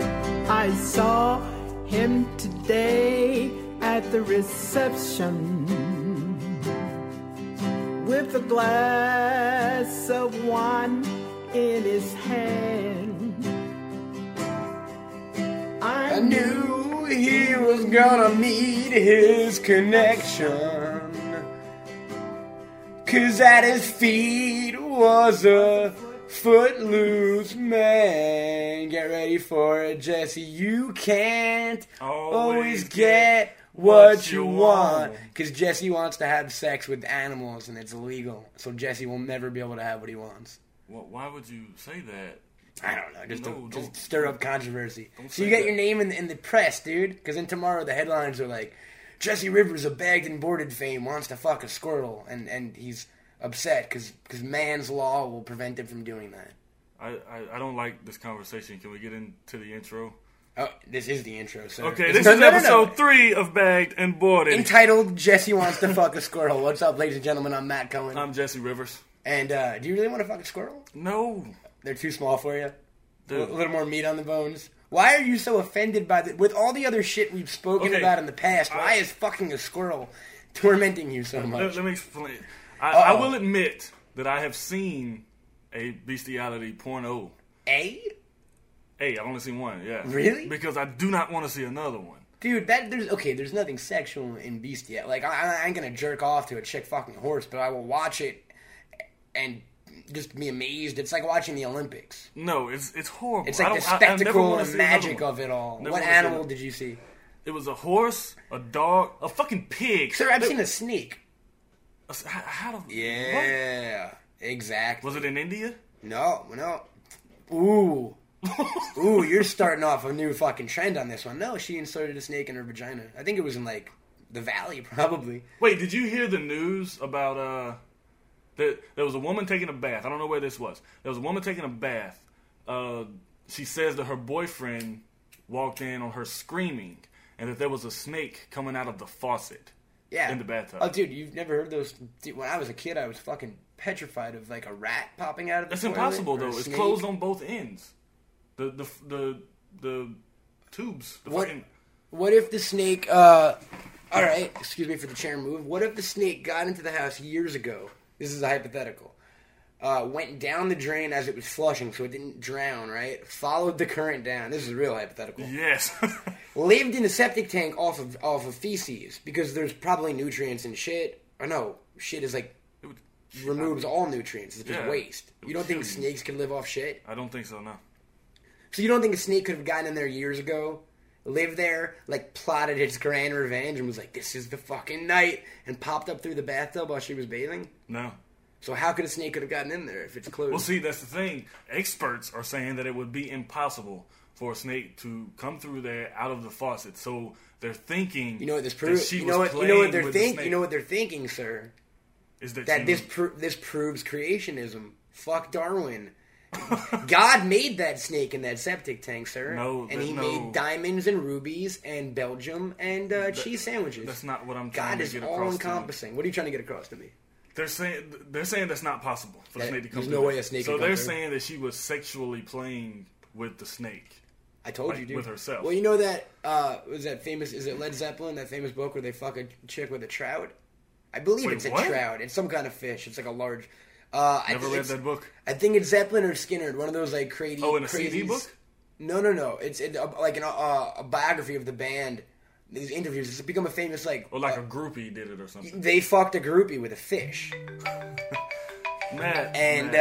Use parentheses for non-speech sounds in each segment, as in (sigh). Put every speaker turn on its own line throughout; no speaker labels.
I saw him today at the reception with a glass of wine in his hand. I,
I
knew.
knew he was gonna meet his connection. Cause at his feet was a footloose man. Get ready for it, Jesse. You can't always, get, what you want. Cause Jesse wants to have sex with animals and it's illegal. So Jesse will never be able to have what he wants.
Well, why would you say that?
I don't know, just
No,
to, just
don't-
stir up controversy. So
say
you get
that.
your name in the, in the press, dude, because then tomorrow the headlines are like, Jesse Rivers of bagged and boarded fame wants to fuck a squirrel, and and he's upset because man's law will prevent him from doing that.
I, I, I don't like this conversation. Can we get into the intro?
Oh, this is the intro. So
Okay,
It's-
this
no,
is
no, no, no.
episode three of Bagged and Boarded.
Entitled Jesse wants to fuck a squirrel. What's up, ladies and gentlemen? I'm Matt Cohen.
I'm Jesse Rivers.
and uh, do you really want to fuck a squirrel?
No,
They're too small for you. A
dude.
little more meat on the bones. Why are you so offended by the with all the other shit we've spoken
Okay. Uh,
about in the past? Why
I-
is fucking a squirrel tormenting you so much?
Let, let me explain. I, I
Uh-oh.
will admit that I have seen a bestiality porno.
A
Hey, I've only seen one. Yeah,
Really?
Because I do not want to see another one.
dude, that there's okay. There's nothing sexual in beast yet. Like I, I ain't gonna jerk off to a chick fucking horse, but I will watch it and just be amazed. It's like watching the Olympics.
No, it's it's horrible.
It's
I
like
don't,
the
I- I never
spectacle
wanna
and
see another
magic
one.
of it all.
Never
what
wanna see
animal
another-
did you see?
It was a horse, a dog, a fucking pig.
Sir, I've
Look,
seen a snake.
a- How, how the, what?
Yeah, exactly.
Was it in India?
No, no. Ooh. Ooh, you're starting off a new fucking trend on this one. No, she inserted a snake in her vagina. I think it was in like the valley, (laughs) probably.
Wait, did you hear the news about uh that there was a woman taking a bath. I don't know where this was. There was a woman taking a bath. Uh she says that her boyfriend walked in on her screaming and that there was a snake coming out of the faucet.
Yeah,
In the bathtub.
Oh, dude, you've never heard those? Dude, when I was a kid, I was fucking petrified of like a rat popping out of. the
That's
toilet
impossible
or a
though. It's
snake.
closed on both ends. The the the the tubes. The
What?
fucking
What if the snake? uh All right, excuse me for the chair move. What if the snake got into the house years ago? This is a hypothetical. Uh, went down the drain as it was flushing, so it didn't drown. Right? Followed the current down. This is a real hypothetical.
Yes. (laughs)
Lived in a septic tank off of off of feces because there's probably nutrients and shit. Or no, shit is like
It would-
removes all nutrients. It's just
Yeah.
waste.
It
You
would
don't think
kill you.
snakes can live off shit?
I don't think so, no.
So you don't think a snake could have gotten in there years ago, lived there, like plotted its grand revenge and was like, "This is the fucking night," and popped up through the bathtub while she was bathing?
No.
So how could a snake could have gotten in there if it's closed?
Well, see, that's the thing. Experts are saying that it would be impossible for a snake to come through there out of the faucet. So they're thinking.
you know what this
that
proves.
she
You know
was
what you know what
playing
they're
with the
thinking. You
snake. Hmm.
know what they're thinking, sir.
is that,
That
she
this
was-
pro- this proves creationism. Fuck Darwin. God made that snake in that septic tank, sir.
No,
and
that-
he
no.
made diamonds and rubies and Belgium and uh, cheese sandwiches.
That's not what I'm trying
God
to
is
get
all
across. to you.
encompassing. What are you trying to get across to me?
They're saying they're saying that's not possible for
That-
a snake to come.
there's
through
no
there.
way a snake
So
can come
they're
through.
saying that she was sexually playing with the snake.
I told
Like,
you, dude.
with herself.
Well, you know that uh, was that famous. Is it Led Zeppelin? That famous book where they fuck a chick with a trout? I believe
Wait,
it's a
what?
trout. It's some kind of fish. It's like a large. Uh, I
Never
think
read
it's-
that book.
I think it's Zeppelin or Skinner, one of those like crazy.
Oh, in a CD
crazies.
book?
No, no, no. It's it, uh, like an, uh, a biography of the band. These interviews. It's become a famous like.
Or like
uh,
a groupie did it or something.
they fucked a groupie with a fish,
Matt
and
Matt,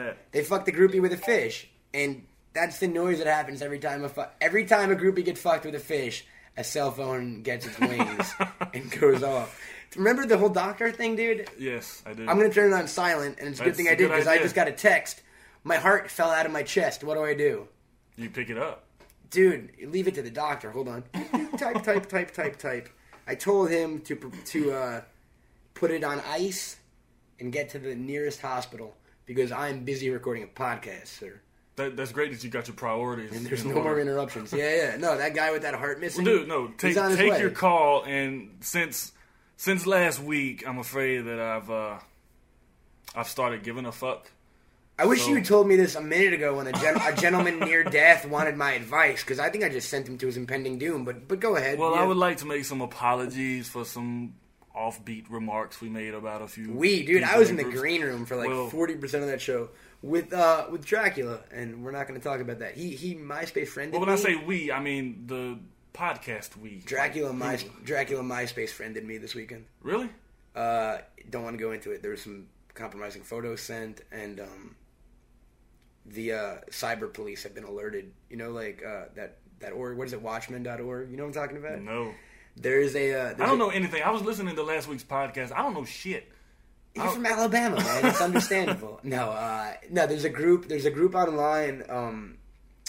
uh,
Matt.
they fucked a groupie with a fish, and that's the noise that happens every time a fu- every time a groupie gets fucked with a fish, a cell phone gets its
(laughs)
wings and goes off. Remember the whole doctor thing, dude?
yes, I did.
I'm gonna turn it on silent, and it's a good
That's
thing
a
I did
good
because I
idea.
just got a text. My heart fell out of my chest. What do I do?
You pick it up.
dude, leave it to the doctor. Hold on. type, type, type, type, type. I told him to pr- to uh, put it on ice and get to the nearest hospital because I'm busy recording a podcast, sir.
That, that's great that you got your priorities.
And there's
in
no more
order.
interruptions. Yeah, yeah. No, that guy with that heart missing.
Dude, no, take
he's on his
take
way.
your call and since since last week I'm afraid that I've uh I've started giving a fuck
I wish
So-
you had told me this a minute ago when a, gen- a gentleman near death wanted my advice because I think I just sent him to his impending doom. But but go ahead.
Well, I
Yeah.
would like to make some apologies for some offbeat remarks we made about a few.
We, dude, I
people
was in the
groups.
green room for
Well-
like forty percent of that show with uh with Dracula, and we're not going to talk about that. He he MySpace friended
Well, when
me.
I say we, I mean the podcast we.
Dracula my Dracula MySpace friended me this weekend.
Really?
Uh, don't want to go into it. There was some compromising photos sent, and um, the uh, cyber police have been alerted. You know, like uh, that that org. What is it? Watchmen.org. You know what I'm talking about?
No.
There is a. Uh, there's
I don't
a-
know anything. I was listening to last week's podcast. I don't know shit. Oh.
You're from Alabama, man. It's
(laughs)
understandable. no, uh, no. There's a group. There's a group online um,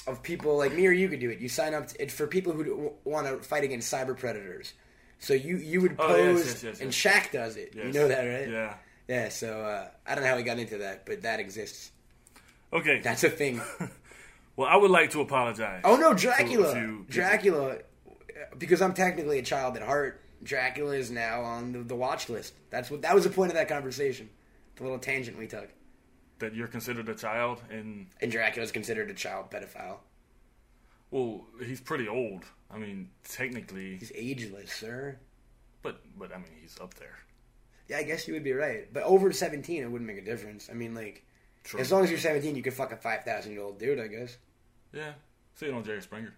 of people like me or you could do it. You sign up. To, it's for people who do, want to fight against cyber predators. So you you would pose,
Oh, yes, yes, yes,
and
yes.
Shaq does it. You
Yes.
know that, right?
Yeah.
Yeah. So uh, I don't know how we got into that, but that exists.
Okay.
That's a thing.
well, I would like to apologize.
Oh
(laughs)
no, Dracula!
To- to-
Dracula, uh, because I'm technically a child at heart. Dracula is now on the, the watch list. That's what that was the point of that conversation. The little tangent we took.
That you're considered a child, and
And Dracula's considered a child pedophile.
well, he's pretty old. I mean, technically,
He's ageless, sir.
but but I mean, he's up there.
Yeah, I guess you would be right. But over 17, it wouldn't make a difference. I mean, like,
True.
as long as you're 17, you could fuck a 5,000 year old dude, I guess.
yeah. See it on Jerry Springer.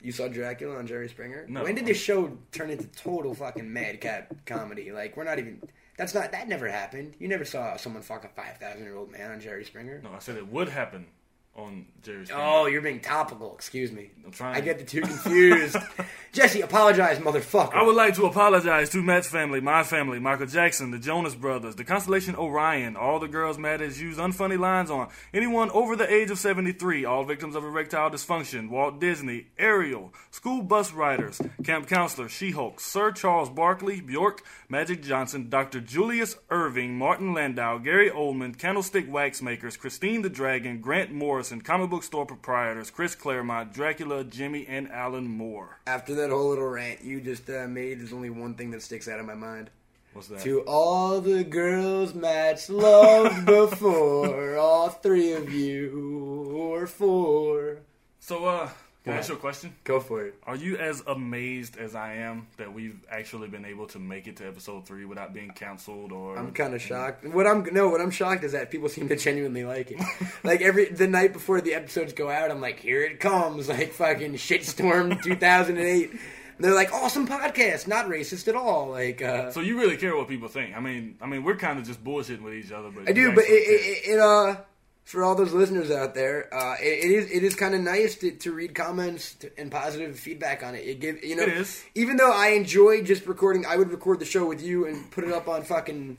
You saw Dracula on Jerry Springer?
No.
When did this show turn into total fucking madcap comedy? Like, we're not even. That's not. That never happened. You never saw someone fuck a 5,000 year old man on Jerry Springer.
No, I said it would happen on Jerry Springer.
Oh, you're being topical. Excuse me.
I'm trying.
I get the two confused.
(laughs)
Jesse, apologize, motherfucker.
I would like to apologize to Matt's family, my family, Michael Jackson, the Jonas Brothers, the Constellation Orion, all the girls Matt has used unfunny lines on, anyone over the age of 73, all victims of erectile dysfunction, Walt Disney, Ariel, school bus riders, camp counselor, She-Hulk, Sir Charles Barkley, Bjork, Magic Johnson, Dr. Julius Irving, Martin Landau, Gary Oldman, Candlestick Wax Makers, Christine the Dragon, Grant Morrison, comic book store proprietors, Chris Claremont, Dracula, Jimmy, and Alan Moore.
After that whole little rant you just uh, made, there's only one thing that sticks out of my mind.
What's that?
To all the girls Matt's (laughs) loved before, all three of you or four.
So, uh, can I
ahead.
ask you a question?
Go for it.
Are you as amazed as I am that we've actually been able to make it to episode three without being canceled or?
I'm kind of shocked. What I'm no, what I'm shocked is that people seem to genuinely like (laughs) it. like every the night before the episodes go out, I'm like, here it comes, (laughs) like fucking (laughs) shitstorm 2008. And they're like, awesome podcast, not racist at all. Like, uh,
so you really care what people think? I mean, I mean, we're kind of just bullshitting with each other, but
I do, but it,
actually care.
it, it, it uh for all those listeners out there, uh, it, it is it is kind of nice to, to read comments to, and positive feedback on it. It give you know,
It is.
even though I enjoy just recording, I would record the show with you and put it up on fucking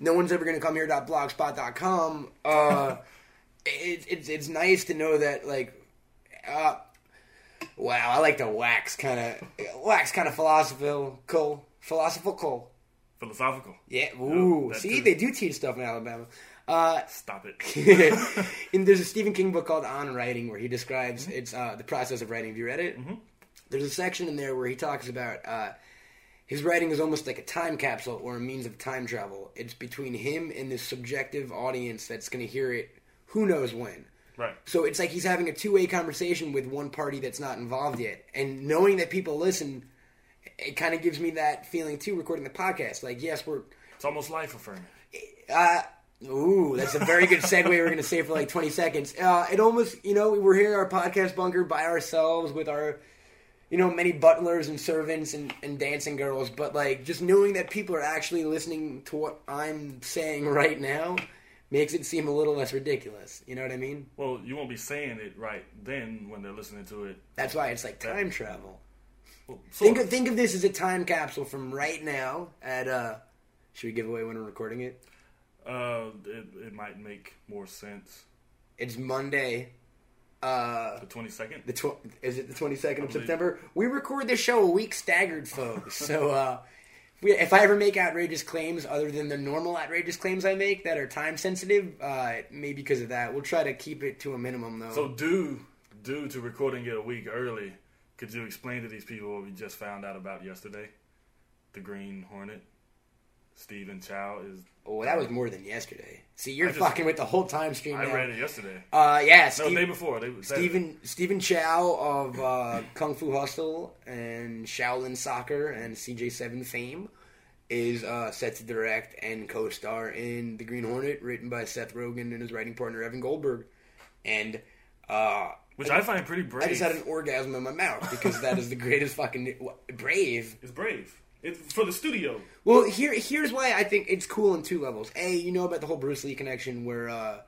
no one's ever gonna come here dot blogspot dot com.
(laughs)
Uh, it, it's it's nice to know that like. Uh, Wow, I like the wax kind of wax kind of philosophical, philosophical.
philosophical.
Yeah, ooh,
that
see,
too.
they do teach stuff in Alabama. Uh,
Stop
(laughs)
it.
and there's a Stephen King book called On Writing where he describes it's uh, the process of writing. Have you read it? Mm-hmm. There's a section in there where he talks about uh, his writing is almost like a time capsule or a means of time travel. It's between him and this subjective audience that's going to hear it who knows when.
Right.
So it's like he's having a two way conversation with one party that's not involved yet. And knowing that people listen, it kind of gives me that feeling too recording the podcast. Like, yes, we're
It's almost life affirming.
uh, ooh, that's a very good segue. we're going to say for like 20 seconds. Uh, it almost, you know, we're here in our podcast bunker by ourselves with our, you know, many butlers and servants and, and dancing girls. But like just knowing that people are actually listening to what I'm saying right now makes it seem a little less ridiculous. You know what I mean?
Well, you won't be saying it right then when they're listening to it.
That's why it's like time travel.
Well, sort
Think
of.
of, think of this as a time capsule from right now at, uh, should we give away when we're recording it?
uh, it, it might make more sense.
It's Monday. Uh,
The twenty second.
the tw- is it the 22nd of September? We record this show a week staggered, folks. so uh, if, we, if I ever make outrageous claims other than the normal outrageous claims I make that are time sensitive, uh, maybe because of that, we'll try to keep it to a minimum though.
So due due to recording it a week early, could you explain to these people what we just found out about yesterday? The Green Hornet. Stephen Chow is.
Oh, that was more than yesterday. See, you're
I just-
fucking with the whole time stream.
I
now.
read it yesterday.
Uh, yeah,
No,
Steve,
the day before. They,
Stephen Stephen Chow of uh, Kung Fu Hustle and Shaolin Soccer and CJ Seven fame is uh, set to direct and co-star in The Green Hornet, written by Seth Rogen and his writing partner Evan Goldberg, and. Uh,
which I find pretty brave.
I just had an orgasm in my mouth because that is the greatest fucking brave.
It's brave. It's for the studio.
Well, here here's why I think it's cool on two levels. A, you know about the whole Bruce Lee connection where uh,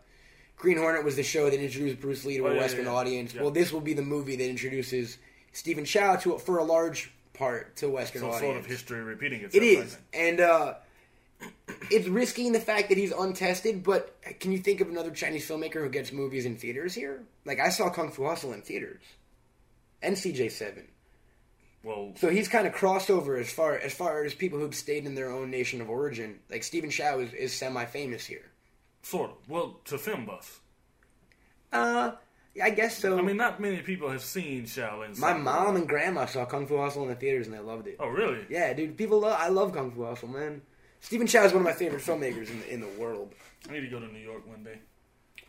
Green Hornet was the show that introduced Bruce Lee to
Oh,
a
yeah,
Western
yeah, yeah.
audience.
Yeah.
Well, this will be the movie that introduces Stephen Chow to for a large part to a Western
Some
audience.
sort of history repeating itself.
It
I
is,
think.
and uh, it's risking the fact that he's untested. But can you think of another Chinese filmmaker who gets movies in theaters here? Like I saw Kung Fu Hustle in theaters, and CJ Seven.
Well,
So he's kind of crossed over as far as far as people who've stayed in their own nation of origin. Like Stephen Chow is, is semi famous here.
sort of. Well, to film buffs.
Uh, yeah, I guess so.
I mean, not many people have seen Shaolin.
my
Soccer.
mom and grandma saw Kung Fu Hustle in the theaters and they loved it.
Oh, really?
Yeah, dude, people love. I love Kung Fu Hustle, man. Stephen Chow is one of my favorite filmmakers in the, in the world.
I need to go to New York one day.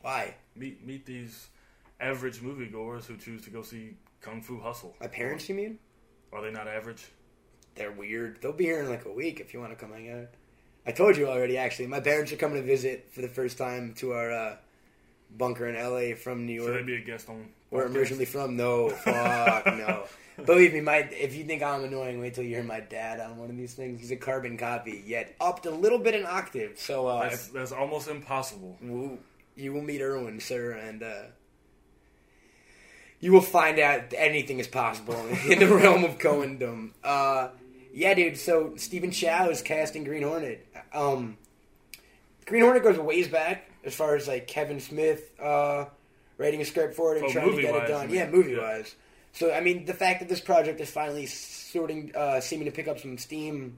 Why?
Meet meet these average moviegoers who choose to go see Kung Fu Hustle.
My parents, you mean?
Are they not average?
They're weird. They'll be here in like a week if you want to come hang out. I told you already, actually. My parents are coming to visit for the first time to our uh, bunker in LA from New York.
Should they be a guest on?
Where I'm originally from? No, fuck no. Believe me, my if you think I'm annoying, wait till you hear my dad on one of these things. He's a carbon copy, yet upped a little bit in octave. So uh,
That's, that's almost impossible.
w- you will meet Erwin, sir, and uh, you will find out anything is possible in the realm of Cohendom. Uh, yeah, dude. So Stephen Chow is casting Green Hornet. Um, Green Hornet goes ways back as far as like Kevin Smith uh, writing a script for it and
Oh,
trying to get it
movie-wise,
done.
you mean.
Yeah, movie
Yeah.
wise. So I mean, the fact that this project is finally sorting, uh, seeming to pick up some steam,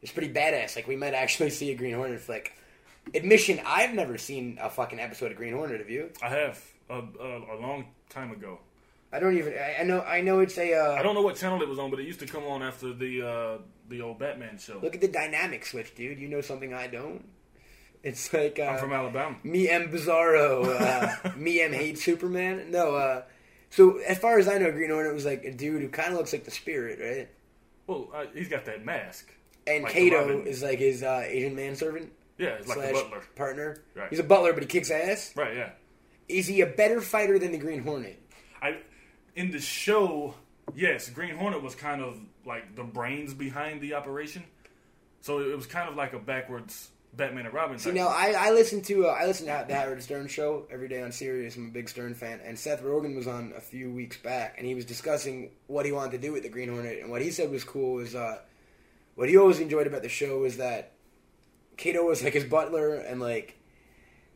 is pretty badass. Like we might actually see a Green Hornet flick. Admission: I've never seen a fucking episode of Green Hornet. Have you?
I have a, a, a long time ago.
I don't even. I, I know. I know it's a. Uh,
I don't know what channel it was on, but it used to come on after the uh, the old Batman show.
Look at the dynamic switch, dude. You know something I don't. It's like uh,
I'm from Alabama.
me am Bizarro,
(laughs)
uh, me am hate Superman. No, uh, so as far as I know, Green Hornet was like a dude who kind of looks like the Spirit, right?
Well, uh, he's got that mask.
And
Like the
Kato
Robin.
is like his uh, Asian manservant
Yeah, it's like
slash
the butler.
partner.
Right.
He's a butler, but he kicks ass.
Right. Yeah.
Is he a better fighter than the Green Hornet?
I in the show, yes, Green Hornet was kind of like the brains behind the operation, so it was kind of like a backwards Batman and Robin.
You know, I, I listen to uh, I listen to the Howard Stern show every day on Sirius. I'm a big Stern fan, and Seth Rogen was on a few weeks back, and he was discussing what he wanted to do with the Green Hornet, and what he said was cool was uh, what he always enjoyed about the show was that Kato was like his butler and like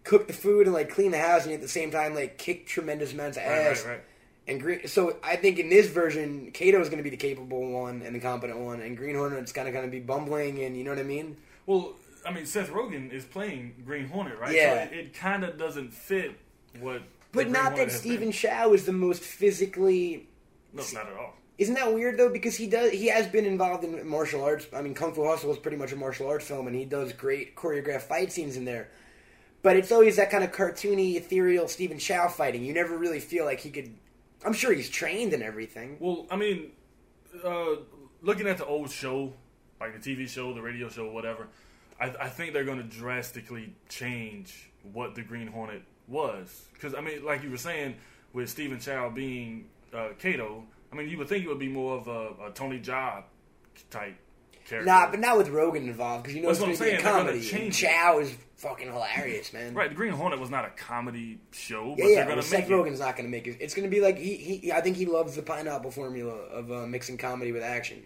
cook the food and like clean the house, and at the same time like kick tremendous amounts of
right,
ass.
right, right.
And Green, so I think in this version, Kato is going to be the capable one and the competent one, and Green Hornet's kind of going to be bumbling, and you know what I mean.
Well, I mean, Seth Rogen is playing Green Hornet, right?
Yeah.
So it, it kind of doesn't fit what. the
But
Green
not
Hornet
that
has
Stephen
been.
Chow is the most physically.
No, not at all.
Isn't that weird though? Because he does he has been involved in martial arts. I mean, Kung Fu Hustle is pretty much a martial arts film, and he does great choreographed fight scenes in there. But it's always that kind of cartoony, ethereal Stephen Chow fighting. You never really feel like he could. I'm sure he's trained and everything.
Well, I mean, uh, looking at the old show, like the TV show, the radio show, whatever, I, I think they're going to drastically change what the Green Hornet was. Because, I mean, like you were saying, with Stephen Chow being uh, Kato, I mean, you would think it would be more of a, a Tony Job type character.
Nah, but not with Rogan involved because you know
That's
it's going to be a
what I'm saying, they're gonna
comedy. And
change it.
Chow is fucking hilarious, man.
Right, the Green Hornet was not a comedy show, but
Yeah,
they're
yeah.
going
Well,
to make
Seth
it.
Rogen's not going to make it. It's going to be like he, he. I think he loves the pineapple formula of uh, mixing comedy with action.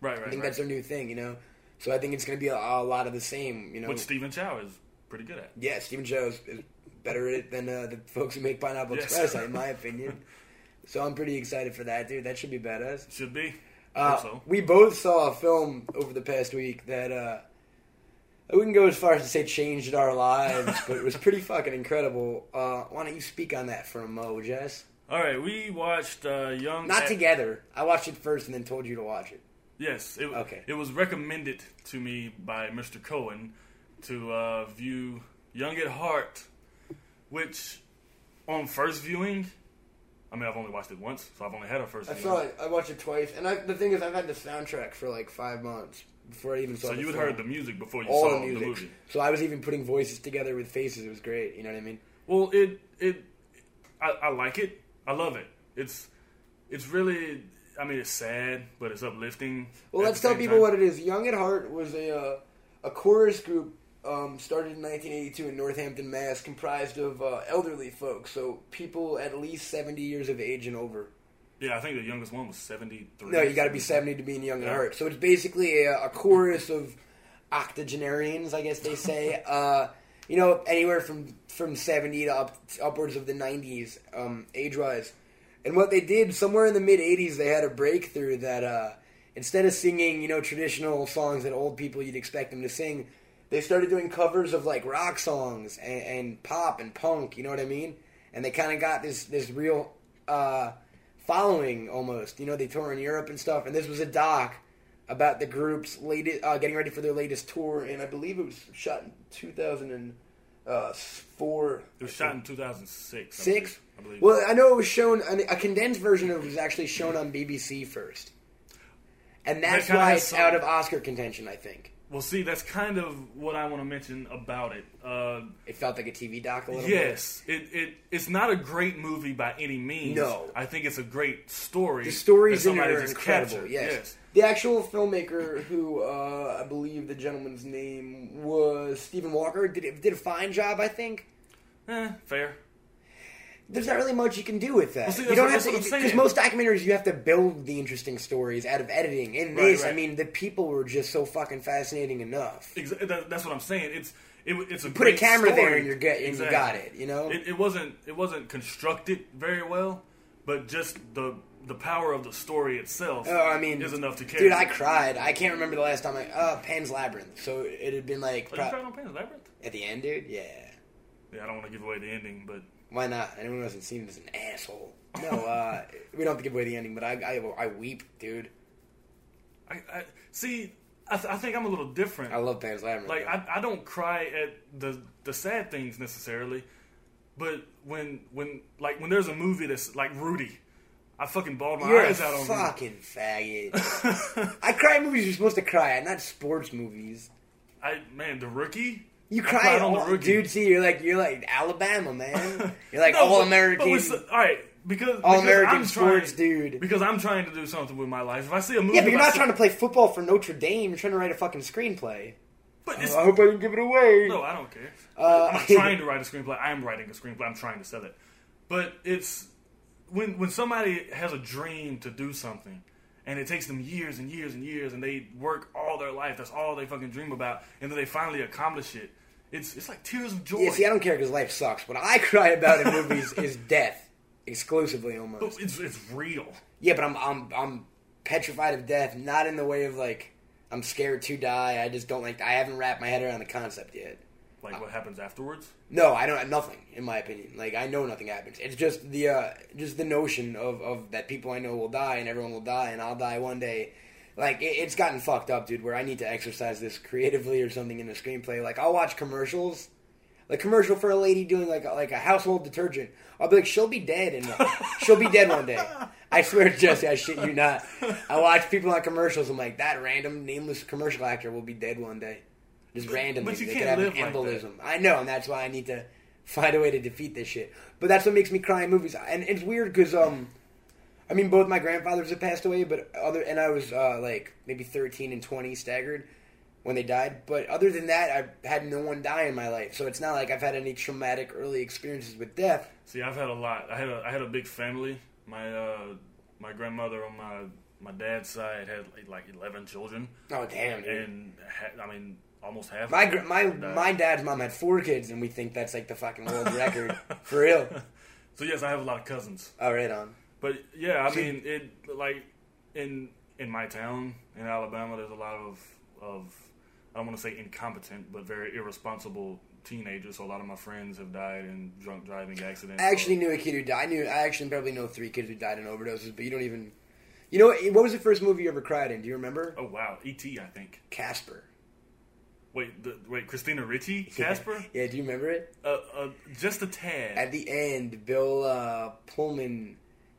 Right,
I
right,
think
right.
that's their new thing, you know. So I think it's going to be a, a lot of the same, you know.
What Stephen Chow is pretty good at.
yeah, Stephen Chow is, is better at it than uh, the folks who make Pineapple
Yes.
Express, in
(laughs)
my opinion. So I'm pretty excited for that, dude. That should be badass.
Should be.
Uh,
Hope so.
We both saw a film over the past week that uh, I wouldn't go as far as to say changed our lives, but it was
(laughs)
pretty fucking incredible. Uh, why don't you speak on that for a mo, Jess?
All right, we watched uh, Young.
Not
Ad-
together. I watched it first and then told you to watch it.
Yes. It,
Okay.
It was recommended to me by Mr. Cohen to uh, view Young at Heart, which on first viewing, I mean, I've only watched it once, so I've only had a first
I
viewing.
saw it. I watched it twice, and I, the thing is, I've had the soundtrack for like five months before I even saw.
So
the
you had
film.
heard the music before you
all
saw
the music.
movie.
So I was even putting voices together with faces. It was great. You know what I mean?
Well, it it I, I like it. I love it. It's it's really I mean it's sad, but it's uplifting.
Well,
at
let's
the
tell
same
people
time.
what it is. Young at Heart was a uh, a chorus group um, started in 1982 in Northampton, Mass, comprised of uh, elderly folks, so people at least 70 years of age and over.
Yeah, I think the youngest one was seventy three.
No, you got to be 70 to be in Young at Heart. So it's basically a, a chorus of octogenarians, I guess they say. uh, you know, anywhere from from 70 to up upwards of the 90s, um, age wise. And what they did somewhere in the mid 80s, they had a breakthrough that uh, instead of singing, you know, traditional songs that old people you'd expect them to sing, they started doing covers of like rock songs and, and pop and punk. You know what I mean? And they kind of got this this real. Uh, following almost. You know, they tour in Europe and stuff, and this was a doc about the group's latest uh, getting ready for their latest tour, and I believe it was shot in uh, 2004.
It was shot in two thousand six.
Six.
I believe.
Well, I know it was shown. A condensed version of it was actually shown on BBC first, and that's
kinda
why
has
it's
some-
out of Oscar contention. I think
Well, see, that's kind of what I want to mention about it. Uh,
it felt like a TV doc a little bit.
yes, it, it it's not a great movie by any means.
No.
I think it's a great story.
The stories
that
in it
somebody
are
just
incredible.
captured.
Yes. The actual filmmaker, who uh, I believe the gentleman's name was Stephen Walker, did did a fine job. I think.
Eh, fair.
There's not really much you can do with that.
see,
you
that's
don't
what-
have to
that's what I'm
because
saying.
most documentaries you have to build the interesting stories out of editing. In
Right,
this, I
right.
mean, the people were just so fucking fascinating enough.
Exa- that, that's what I'm saying. It's it, w- it's a
Put a
great
camera
story.
there and you're get, and you got it. You know,
It, it wasn't it wasn't constructed very well, but just the the power of the story itself.
Oh, I mean,
is enough to carry.
Dude, I cried. I can't remember the last time I. Uh, Pan's Labyrinth. So it had been like
Are you
pro-
trying on Pan's Labyrinth?
at the end, dude. Yeah.
Yeah, I don't want to give away the ending, but
Why not? Anyone who hasn't seen it is an asshole. No, uh, (laughs) we don't have to give away the ending, but I, I, I weep, dude.
I, I see. I, th- I think I'm a little different.
I love Pan's Labyrinth.
like
though.
I, I don't cry at the the sad things necessarily, but when when like when there's a movie that's like Rudy, I fucking bawled my
You're a
eyes out on Rudy.
fucking faggot. (laughs)
(laughs)
I cry at movies you're supposed to cry at, not sports movies.
I man, the rookie.
You
I
cry
cried
at
on the
all,
rookie.
dude. See, you're like you're like Alabama,
(laughs)
man. You're like
No,
all
but- but
American.
with s- all right, because
All
because
American
I'm
sports
trying-
dude.
Because I'm trying to do something with my life. If I see a movie,
Yeah, but you're
about
not
some-
trying to play football for Notre Dame. You're trying to write a fucking screenplay.
But it's,
I hope I didn't give it away.
no, I don't care.
Uh, (laughs)
I'm not trying to write a screenplay. I am writing a screenplay. I'm trying to sell it. But it's when when somebody has a dream to do something, and it takes them years and years and years, and they work all their life. That's all they fucking dream about, and then they finally accomplish it. It's it's like tears of joy.
Yeah, see, I don't care because life sucks. What I (laughs) cry about in movies is death, exclusively almost.
But it's it's real.
Yeah, but I'm I'm I'm petrified of death, not in the way of like I'm scared to die. I just don't like I haven't wrapped my head around the concept yet.
Like what happens afterwards.
No, I don't nothing in my opinion. Like I know nothing happens. It's just the uh just the notion of of that people I know will die and everyone will die and I'll die one day. Like it, it's gotten fucked up, dude. Where I need to exercise this creatively or something in the screenplay. Like I'll watch commercials. Like commercial for a lady doing like a, like a household detergent. I'll be like, she'll be dead and she'll be dead one day. I swear, Jesse, I shit you not. I watch people on commercials. I'm like, that random nameless commercial actor will be dead one day, just randomly.
you
they
can't
could
live
have an
like
embolism.
that.
I know, and that's why I need to find a way to defeat this shit. But that's what makes me cry in movies, and it's weird because um, I mean, both my grandfathers have passed away, but other and I was uh, like maybe thirteen and twenty staggered when they died. But other than that, I've had no one die in my life, so it's not like I've had any traumatic early experiences with death.
See, I've had a lot. I had a I had a big family. My uh, my grandmother on my my dad's side had like, like eleven children,
Oh damn, dude.
and ha- I mean almost half. of
My gr-
them
my
died.
my dad's mom had four kids, and we think that's like the fucking world (laughs) record for real.
So yes, I have a lot of cousins.
Oh, right on.
But yeah, I mean it like in in my town in Alabama, there's a lot of of I don't want to say incompetent, but very irresponsible teenagers. So a lot of my friends have died in drunk driving accidents.
I actually
or-
knew a kid who died. I knew I actually probably know three kids who died in overdoses, but you don't even You know what? What was the first movie you ever cried in? Do you remember?
Oh wow, E.T. I think.
Casper.
Wait, the, wait, Christina Ricci, Casper,
(laughs) yeah, do you remember it?
uh, uh, just a tad.
At the end, Bill uh, Pullman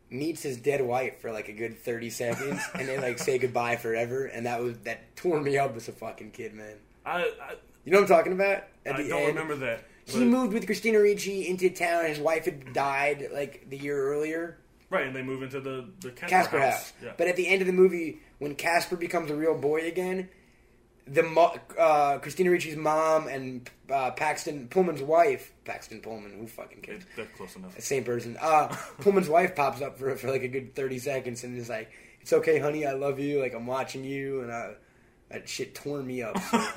meets his dead wife for like a good thirty seconds, and they like say goodbye forever. And that was that tore me up as a fucking kid, man.
I, I,
You know what I'm talking about? At
I
the
don't
end,
remember that.
He
but-
moved with Christina Ricci into town. His wife had died like the year earlier.
right, and they move into the the Casper,
Casper
house.
House.
Yeah.
But at the end of the movie, when Casper becomes a real boy again, the mo- uh, Christina Ricci's mom and uh, Paxton Pullman's wife, Paxton Pullman, who fucking cares?
It- that's close enough. (laughs)
same person. Uh, (laughs) Pullman's wife pops up for for like a good thirty seconds and is like, "It's okay, honey. I love you. Like I'm watching you." And I, that shit tore me up. So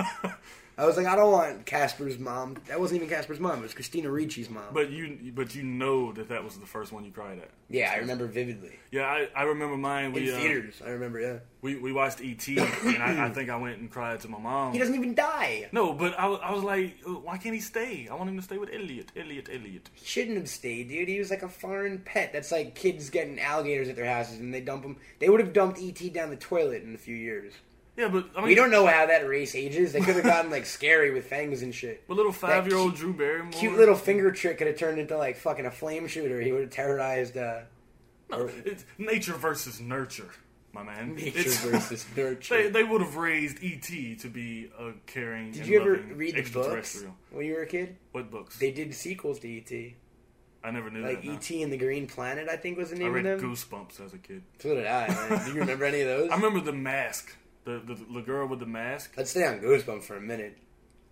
I was like, I don't want Casper's mom. That wasn't even Casper's mom. It was Christina Ricci's mom.
But you, but you know that that was the first one you cried at.
yeah, I remember vividly
Yeah, I, I remember mine.
in
We uh,
theaters. I remember. Yeah,
we we watched ET,
(coughs)
and I, I think I went and cried to my mom.
he doesn't even die.
no, but I, wa- I was like, uh, why can't he stay? I want him to stay with Elliot, Elliot, Elliot.
He shouldn't have stayed, dude. He was like a foreign pet. That's like kids getting alligators at their houses and they dump them. They would have dumped ET down the toilet in a few years.
Yeah, but I mean,
We don't know how that race ages. They could have gotten like scary with fangs and shit.
But little five year old Drew Barrymore,
cute little finger trick could have turned into like fucking a flame shooter. He would have terrorized. Uh, or-
It's nature versus nurture, my man.
nature
It's- (laughs)
versus nurture.
They, they would have raised E.T. to be a caring.
Did
and
you ever
loving
read the books
extraterrestrial.
when you were a kid?
What books?
They did sequels to ET,
I never knew
like
that. no.
ET and the Green Planet. I think was the
I
name of
read
them.
Goosebumps as a kid.
So did I.
(laughs)
man. Do you remember any of those?
I remember the mask. The, the the girl with the mask.
Let's stay on Goosebumps for a minute.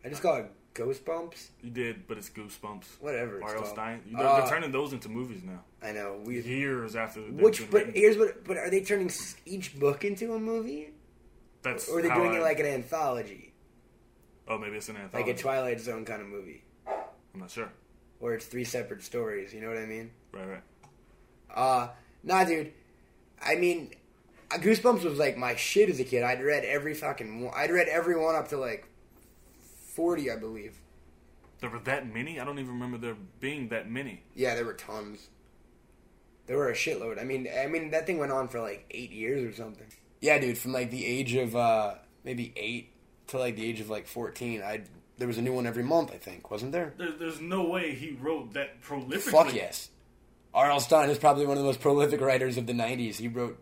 I just call it Ghostbumps.
You did, but it's Goosebumps.
Whatever it's
Mario
called.
Stein. They're,
Uh,
they're turning those into movies now.
I know. We,
Years after. they've
which,
been
but
written.
here's what. But are they turning s- each book into a movie,
that's
or are they
how
doing
I-
it like an anthology,
Oh, maybe it's an anthology.
like a Twilight Zone kind of movie,
I'm not sure.
where it's three separate stories? You know what I mean?
Right, right.
Uh, nah, dude. I mean, Goosebumps was like my shit as a kid. I'd read every fucking. One. I'd read every one up to like forty, I believe.
There were that many. I don't even remember there being that many.
Yeah, there were tons. There were a shitload. I mean, I mean that thing went on for like eight years or something. Yeah, dude. From like the age of uh maybe eight to like the age of like fourteen, I there was a new one every month. I think wasn't there?
There, there's no way he wrote that prolifically.
Fuck yes. R.L. Stein is probably one of the most prolific writers of the '90s. He wrote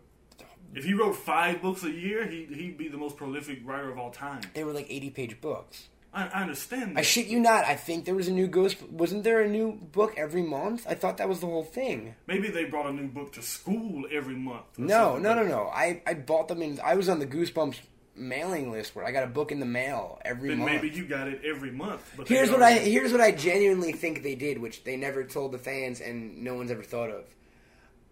If he wrote five books a year, he he'd be the most prolific writer of all time.
they were like 80-page books.
I, I understand. That.
I shit you not. I think there was a new ghost. Wasn't there a new book every month? I thought that was the whole thing.
Maybe they brought a new book to school every month. or
No,
something,
no,
but-
no, no. I, I bought them in. I was on the Goosebumps mailing list where I got a book in the mail every
Then
month.
maybe you got it every month. But they
here's what I
already-
here's what I genuinely think they did, which they never told the fans and no one's ever thought of.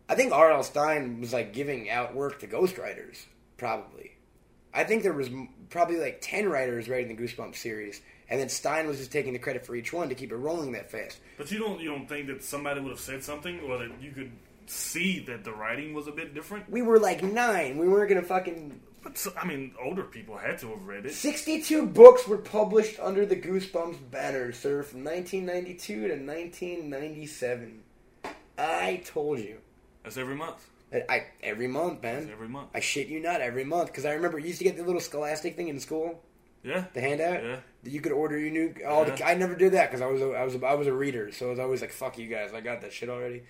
I think R.L. Stein was like giving out work to ghostwriters, probably. I think there was m- probably like ten writers writing the Goosebumps series, and then Stein was just taking the credit for each one to keep it rolling that fast.
But you don't you don't think that somebody would have said something, or that you could see that the writing was a bit different?
We were like nine. We weren't gonna fucking.
But so- I mean, older people had to have read it.
Sixty-two books were published under the Goosebumps banner, sir, from 1992 to 1997. I told you.
That's every month.
I, I every month, man.
That's every month.
I shit you not, every month because I remember you used to get the little Scholastic thing in school,
Yeah.
the handout.
Yeah.
That you could order your new. All the,
Yeah.
I never did that because I was a, I was a, I was a reader, so I was always like, "Fuck you guys, I got that shit already."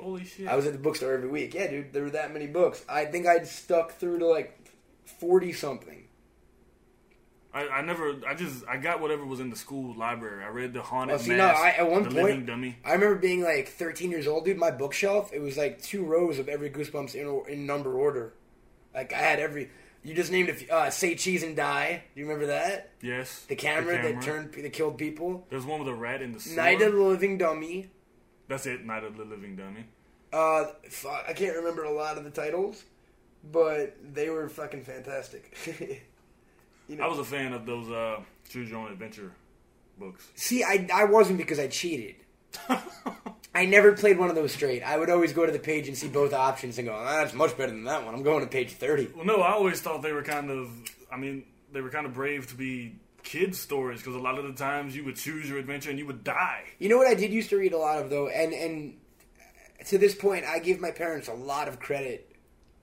Holy shit.
I was at the bookstore every week. Yeah, dude, there were that many books. I think I'd stuck through to like forty something.
I, I never. I just. I got whatever was in the school library. I read the haunted.
Well, see, no,
Mask,
I, at one
the Living
point,
dummy.
I remember being like 13 years old, dude. My bookshelf, it was like two rows of every Goosebumps in, in number order. Like I had every. You just named a few, uh, "Say Cheese and Die." Do you remember that?
Yes.
The camera, that turned, that killed people.
There's one with a rat in the sewer.
Night of the Living Dummy.
That's it. Night of the Living Dummy.
Uh, fuck, I can't remember a lot of the titles, but they were fucking fantastic. (laughs) you know,
I was a fan of those uh, Choose Your Own Adventure books.
see, I I wasn't because I (laughs) cheated. I never played one of those straight. I would always go to the page and see both options and go, ah, that's much better than that one. I'm going to page thirty.
Well, no, I always thought they were kind of. I mean, they were kind of brave to be kids' stories because a lot of the times you would choose your adventure and you would die.
You know what I did used to read a lot of though, and and to this point, I give my parents a lot of credit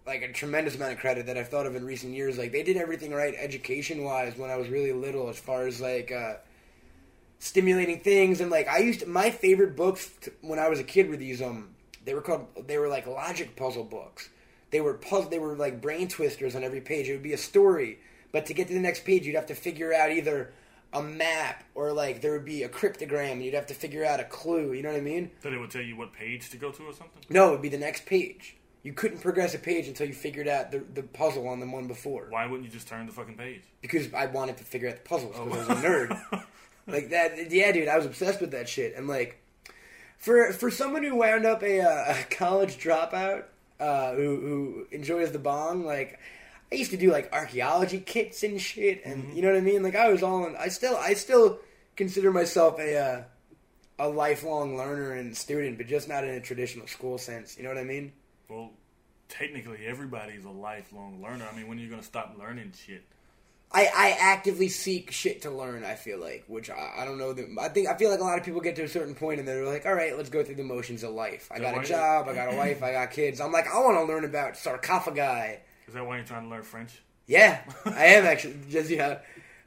like a tremendous amount of credit that I've thought of in recent years. Like they did everything right education wise when I was really little, as far as like uh, stimulating things and like I used to, my favorite books t- when I was a kid were these um they were called they were like logic puzzle books. They were puzzle they were like brain twisters on every page. It would be a story, but to get to the next page, you'd have to figure out either a map or like there would be a cryptogram and you'd have to figure out a clue. You know what I mean?
That it would tell you what page to go to or something.
No, it would be the next page. You couldn't progress a page until you figured out the, the puzzle on the one before.
Why wouldn't you just turn the fucking page?
Because I wanted to figure out the puzzles because I was a nerd. like that, yeah, dude. I was obsessed with that shit. And like, for for someone who wound up a, uh, a college dropout uh, who, who enjoys the bong, like I used to do like archaeology kits and shit, and you know what I mean. Like I was all in. I still I still consider myself a uh, a lifelong learner and student, but just not in a traditional school sense. You know what I mean?
Well, technically, everybody's a lifelong learner. I mean, when are you gonna stop learning shit?
I, I actively seek shit to learn. I feel like, which I, I don't know. That, I think I feel like a lot of people get to a certain point and they're like, "All right, let's go through the motions of life. I
Yeah,
got
why-
a job, I got a wife, I got kids." I'm like, I want to learn about sarcophagi.
Is that why you're trying to learn French?
Yeah, I
(laughs)
am actually just yeah,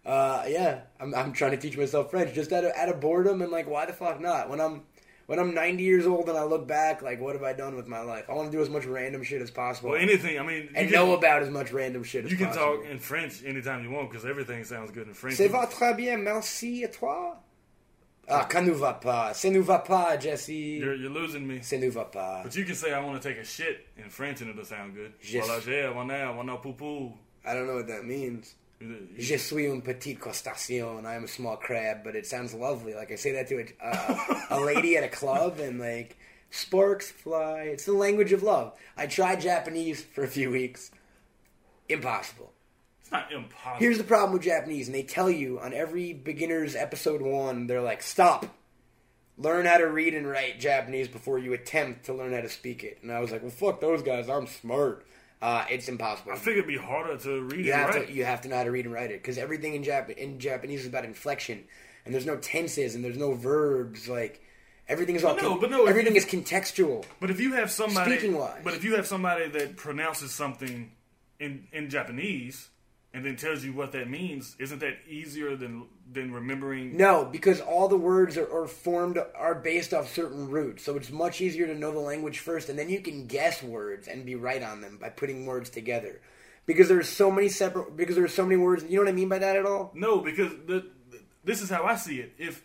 uh, yeah. I'm I'm trying to teach myself French just out of out of boredom and like, why the fuck not? When I'm when I'm 90 years old and I look back, like, what have I done with my life? I want to do as much random shit as possible
Well, anything. I mean, you
and
can,
know about as much random shit as
you can
possible.
talk in French anytime you want because everything sounds good in French.
C'est va très bien, merci à toi. Ah, quand nous va pas, c'est nous va pas, Jesse.
You're, you're losing me.
C'est nous va pas.
But you can say I want to take a shit in French and it'll sound good.
Yes.
Voilà, j'ai, voilà, voilà, poupou.
I don't know what that means. Je suis un petit crustacean. I am a small crab, but it sounds lovely. Like I say that to a, uh, a lady at a club, and like sparks fly. It's the language of love. I tried Japanese for a few weeks. Impossible.
It's not impossible.
Here's the problem with Japanese, and they tell you on every beginner's episode one, they're like, stop. Learn how to read and write Japanese before you attempt to learn how to speak it. And I was like, well, fuck those guys. I'm smart. Uh, it's impossible.
I think it'd be harder to read
You
and
have
write.
to you have to know how to read and write it because everything in Jap- in Japanese is about inflection, and there's no tenses and there's no verbs. Like everything is all
no,
con-
but no, if
everything
you-
is contextual.
But if you have somebody,
Speaking-wise.
but if you have somebody that pronounces something in in Japanese and then tells you what that means, isn't that easier than than remembering?
No, because all the words are, are formed are based off certain roots, so it's much easier to know the language first, and then you can guess words and be right on them by putting words together. Because there's so many separate. Because there's so many words. You know what I mean by that at all?
No, because the, this is how I see it. If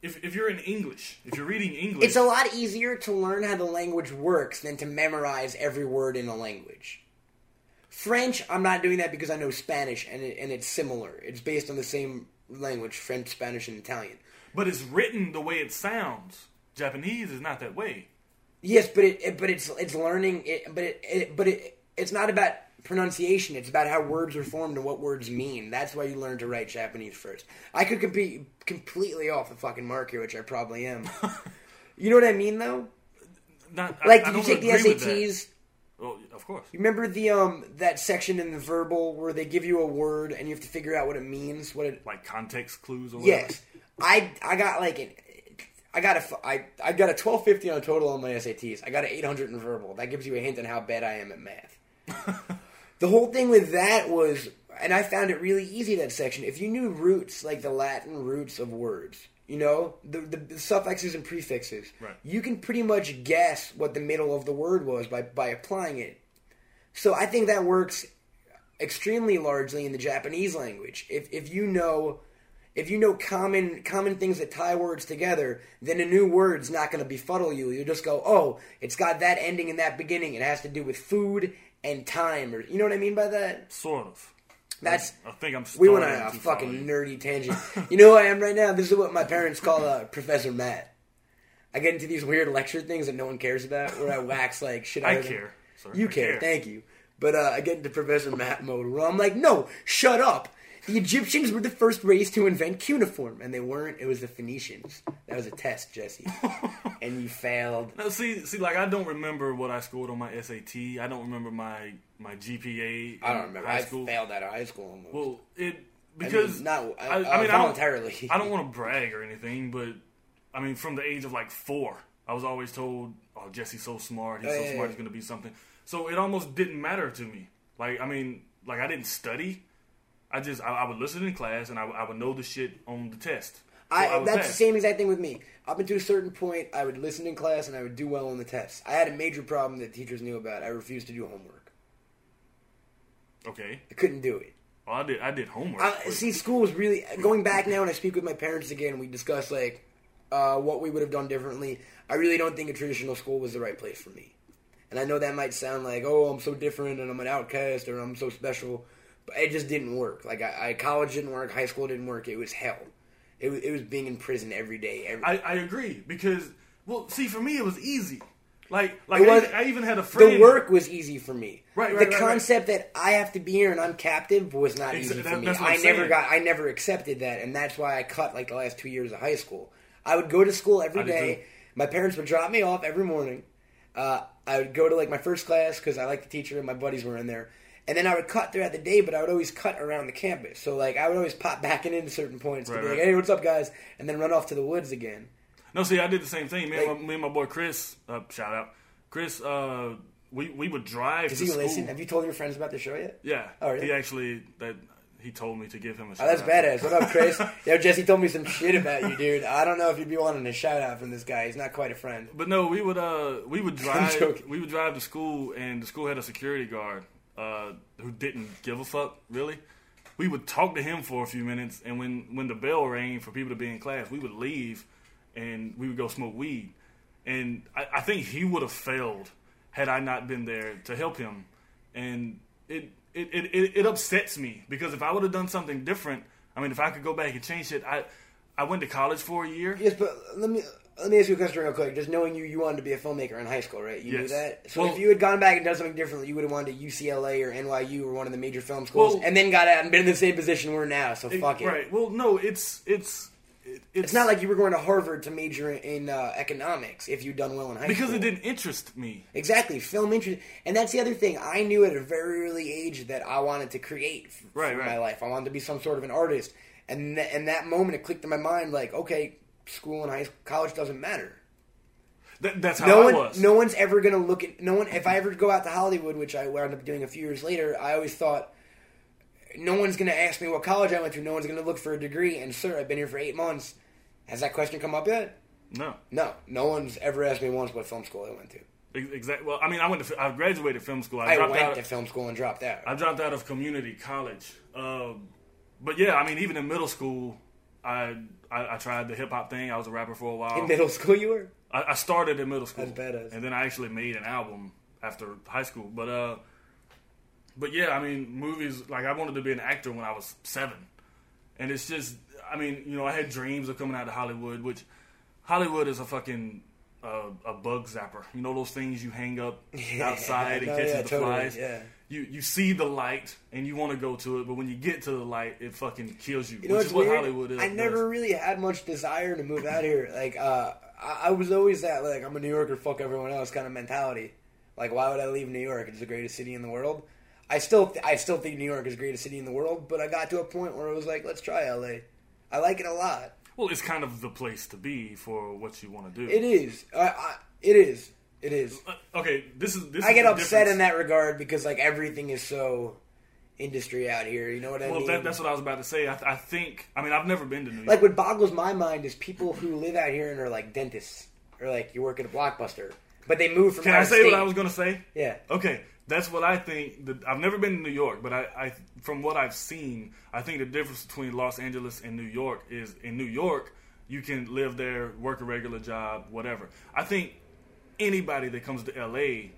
if if you're in English, if you're reading English,
It's a lot easier to learn how the language works than to memorize every word in a language. French, I'm not doing that because I know Spanish, and it, and it's similar. It's based on the same language: French, Spanish, and Italian.
but it's written the way it sounds. Japanese is not that way.
Yes, but it, it but it's it's learning. It, but it, it but it it's not about pronunciation. It's about how words are formed and what words mean. That's why you learn to write Japanese first. I could compete completely off the fucking mark here, which I probably
(laughs)
am. you know what I mean, though.
Not I-
Like,
I
did you
don't
take the
agree with that.
SATs?
Well, of course.
You remember the um that section in the verbal where they give you a word and you have to figure out what it means, what it
Like context clues or whatever.
Yes, I I got like an I got a f- I I got a twelve fifty on total on my SATs. I got an eight hundred in verbal. That gives you a hint on how bad I am at math. the whole thing with that was, and I found it really easy that section. If you knew roots like the Latin roots of words, you know the the, the suffixes and prefixes,
Right.
you can pretty much guess what the middle of the word was by by applying it. So I think that works extremely largely in the Japanese language. If if you know if you know common common things that tie words together, then a new word's not going to befuddle you. You'll just go, "Oh, it's got that ending and that beginning. It has to do with food and time." Or you know what I mean by that?
Sort of.
That's
I think I'm.
we went on
starting
a
to
fucking
follow you.
nerdy
(laughs)
tangent. You know who I am right now? This is what my parents call uh, Professor Matt. I get into these weird lecture things that no one cares about, where I wax like shit.
I
out of them.
care, sir.
You
I
care,
care.
Thank you. But uh, I get into Professor Matt mode, where I'm like, no, shut up. The Egyptians were the first race to invent cuneiform, and they weren't. It was the Phoenicians. That was a test,
(laughs)
Jesse, and you failed.
No, see, see, like I don't remember what I scored on my SAT. I don't remember my my GPA.
I
in
don't remember.
High
I
school.
failed out of high school almost.
Well, it
I
because
mean, not uh,
I- I
uh,
mean, (laughs) I don't-
voluntarily.
I don't want to brag or anything, but I mean, from the age of like four, I was always told, "Oh, Jesse's so smart. He's
Yeah,
so
yeah,
smart.
yeah.
He's gonna be something." So it almost didn't matter to me. Like I mean, like I didn't study. I just I, I would listen in class and I, would- I would know the shit on the test. So
I,
would
that's the
pass.
same exact thing with me. Up until a certain point, I would listen in class and I would do well on the tests. I had a major problem that teachers knew about. I refused to do homework.
Okay.
I couldn't do it.
Well, I did I did homework.
I,
but-
see, school was really going back now, and I speak with my parents again. We discuss like uh, what we would have done differently. I really don't think a traditional school was the right place for me. And I know that might sound like, oh, I'm so different, and I'm an outcast, or I'm so special, but it just didn't work. Like I, I college didn't work, high school didn't work. It was hell. It was, it was being in prison every day. Every,
I, I agree because well, see, for me it was easy. Like like I,
was-
even- I even had a friend.
the work was easy for me.
Right, right,
The
right, right.
concept that I have to be here and I'm captive was not
Exa-
easy for
that-
me.
that's what
I
I'm
never
saying.
got. I never accepted that, and that's why I cut like the last two years of high school. I would go to school every
I did
day.
too.
My parents would drop me off every morning. Uh, I would go to like my first class because I liked the teacher and my buddies were in there. And then I would cut throughout the day, but I would always cut around the campus. So like I would always pop back in at certain points to
Right,
be like,
right.
"Hey, what's up, guys?" and then run off to the woods again.
No, see, I did the same thing. Me,
Like-
and, my, me and my boy Chris, uh, shout out, Chris. Uh, we we would drive
Does
to
he
school.
listen? Have you told your friends about the show yet?
Yeah.
Oh, really?
He actually that he told me to give him a shout
Oh, that's
out.
badass. What up, Chris? (laughs) Yo, Jesse told me some shit about you, dude. I don't know if you'd be wanting a shout out from this guy. He's not quite a friend.
But no, we would uh we would drive
joking.
we would drive to school and the school had a security guard uh who didn't give a fuck really. We would talk to him for a few minutes and when when the bell rang for people to be in class, we would leave and we would go smoke weed. And I, I think he would have failed had I not been there to help him. And it it, it, it, it upsets me because if I would have done something different, I mean if I could go back and change it, I I went to college for a year.
Yes, but let me let me ask you a question real quick. Just knowing you, you wanted to be a filmmaker in high school, right? You knew
Yes.
that. So
Well-
if you had gone back and done something differently, you would have wanted to UCLA or NYU or one of the major film schools,
Well-
and then got out and been in the same position we're now. So fuck it.
Right. Well, no, it's it's it- it's,
It's not like you were going to Harvard to major in uh, economics if you'd done well in high school.
because it didn't interest me.
Exactly, film interest, and that's the other thing. I knew at a very early age that I wanted to create f-
Right,
for
right.
my life. I wanted to be some sort of an artist, and th- and that moment it clicked in my mind like, okay, school and high college doesn't matter.
That, that's how
No
I
one,
was.
no one's ever gonna look at no one. If I ever go out to Hollywood, which I wound up doing a few years later, I always thought no one's gonna ask me what college I went to. No one's gonna look for a degree. And sir, I've been here for eight months. Has that question come up yet?
no.
No, no one's ever asked me once what film school I went to.
Exactly. Well, I mean, I went to I graduated film school. I,
I
dropped
went
out.
to film school and dropped out.
I dropped out of community college. Um, but yeah, I mean, even in middle school, I I, I tried the hip hop thing. I was a rapper for a while.
In middle school, you were.
I, I started in middle school,
That's badass.
and then I actually made an album after high school. But uh, but yeah, I mean, movies. Like I wanted to be an actor when I was seven, and it's just, I mean, you know, I had dreams of coming out of Hollywood, which Hollywood is a fucking uh, a bug zapper. You know those things you hang up outside
No,
and catches
(laughs) yeah,
the
totally,
flies.
yeah.
You you see the light and you want to go to it, but when you get to the light, it fucking kills you.
You know
which
what's
is what
weird?
Hollywood is.
I never really had much desire to move out here. Like, uh, I, I was always that like I'm a New Yorker, fuck everyone else kind of mentality. Like, why would I leave New York? It's the greatest city in the world. I still, th- I still think New York is the greatest city in the world. But I got to a point where I was like, let's try LA. I like it a lot.
Well, it's kind of the place to be for what you want to do.
It is. I, I, it is. It is.
Uh, okay, this is this.
I
is
get
the
upset
difference.
in that regard because like everything is so industry out here. You know what I
Well,
mean?
that, that's what I was about to say. I, I think. I mean, I've never been to New York.
like what boggles my mind is people who live out here and are like dentists or like you work at a blockbuster but they move from
Can
out
I
of
say
state.
what I was going to say?
yeah
Okay, that's what I think. That I've never been to New York, but I, I, from what I've seen, I think the difference between Los Angeles and New York is in New York you can live there, work a regular job, whatever. I think anybody that comes to LA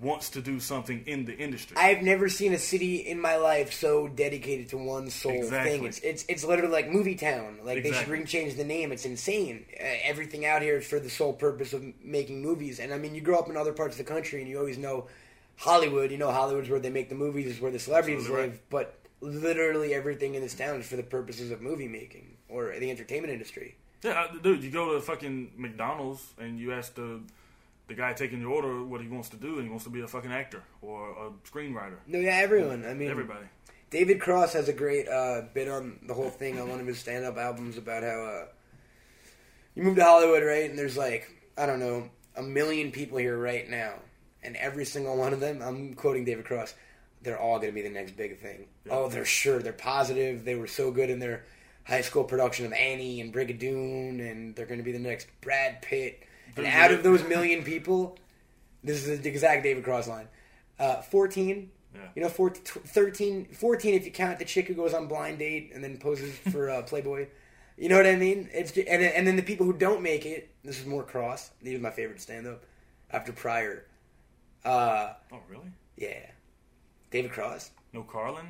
wants to do something in the industry.
i've never seen a city in my life so dedicated to one sole
Exactly.
thing it's, it's it's literally like movie town like they should
Exactly.
re change the name it's insane uh, everything out here is for the sole purpose of m- making movies and i mean you grow up in other parts of the country and you always know hollywood you know hollywood's where they make the movies is where the celebrities
Absolutely right.
live but literally everything in this town is for the purposes of movie making or the entertainment industry
Yeah, I- dude, you go to fucking McDonald's and you ask the the guy taking your order what he wants to do, and he wants to be a fucking actor or a screenwriter.
No, yeah, everyone. I mean,
Everybody.
David Cross has a great uh, bit on the whole thing on one of his stand-up albums about how uh, you move to Hollywood, right? And there's like I don't know, a million people here right now, and every single one of them, I'm quoting David Cross, they're all going to be the next big thing. Oh, they're sure. They're positive. They were so good in their high school production of Annie and Brigadoon, and they're going to be the next Brad Pitt. And
There's
out
a-
of those million people, this is the exact David Cross line. Uh, 14,
Yeah.
you know, 14, 13, 14 if you count the chick who goes on blind date and then poses
(laughs)
for uh, Playboy. You know what I mean? It's ju- and and then the people who don't make it. This is more cross. He was my favorite stand up after Pryor. Uh,
Oh, really?
yeah, David Cross.
No Carlin?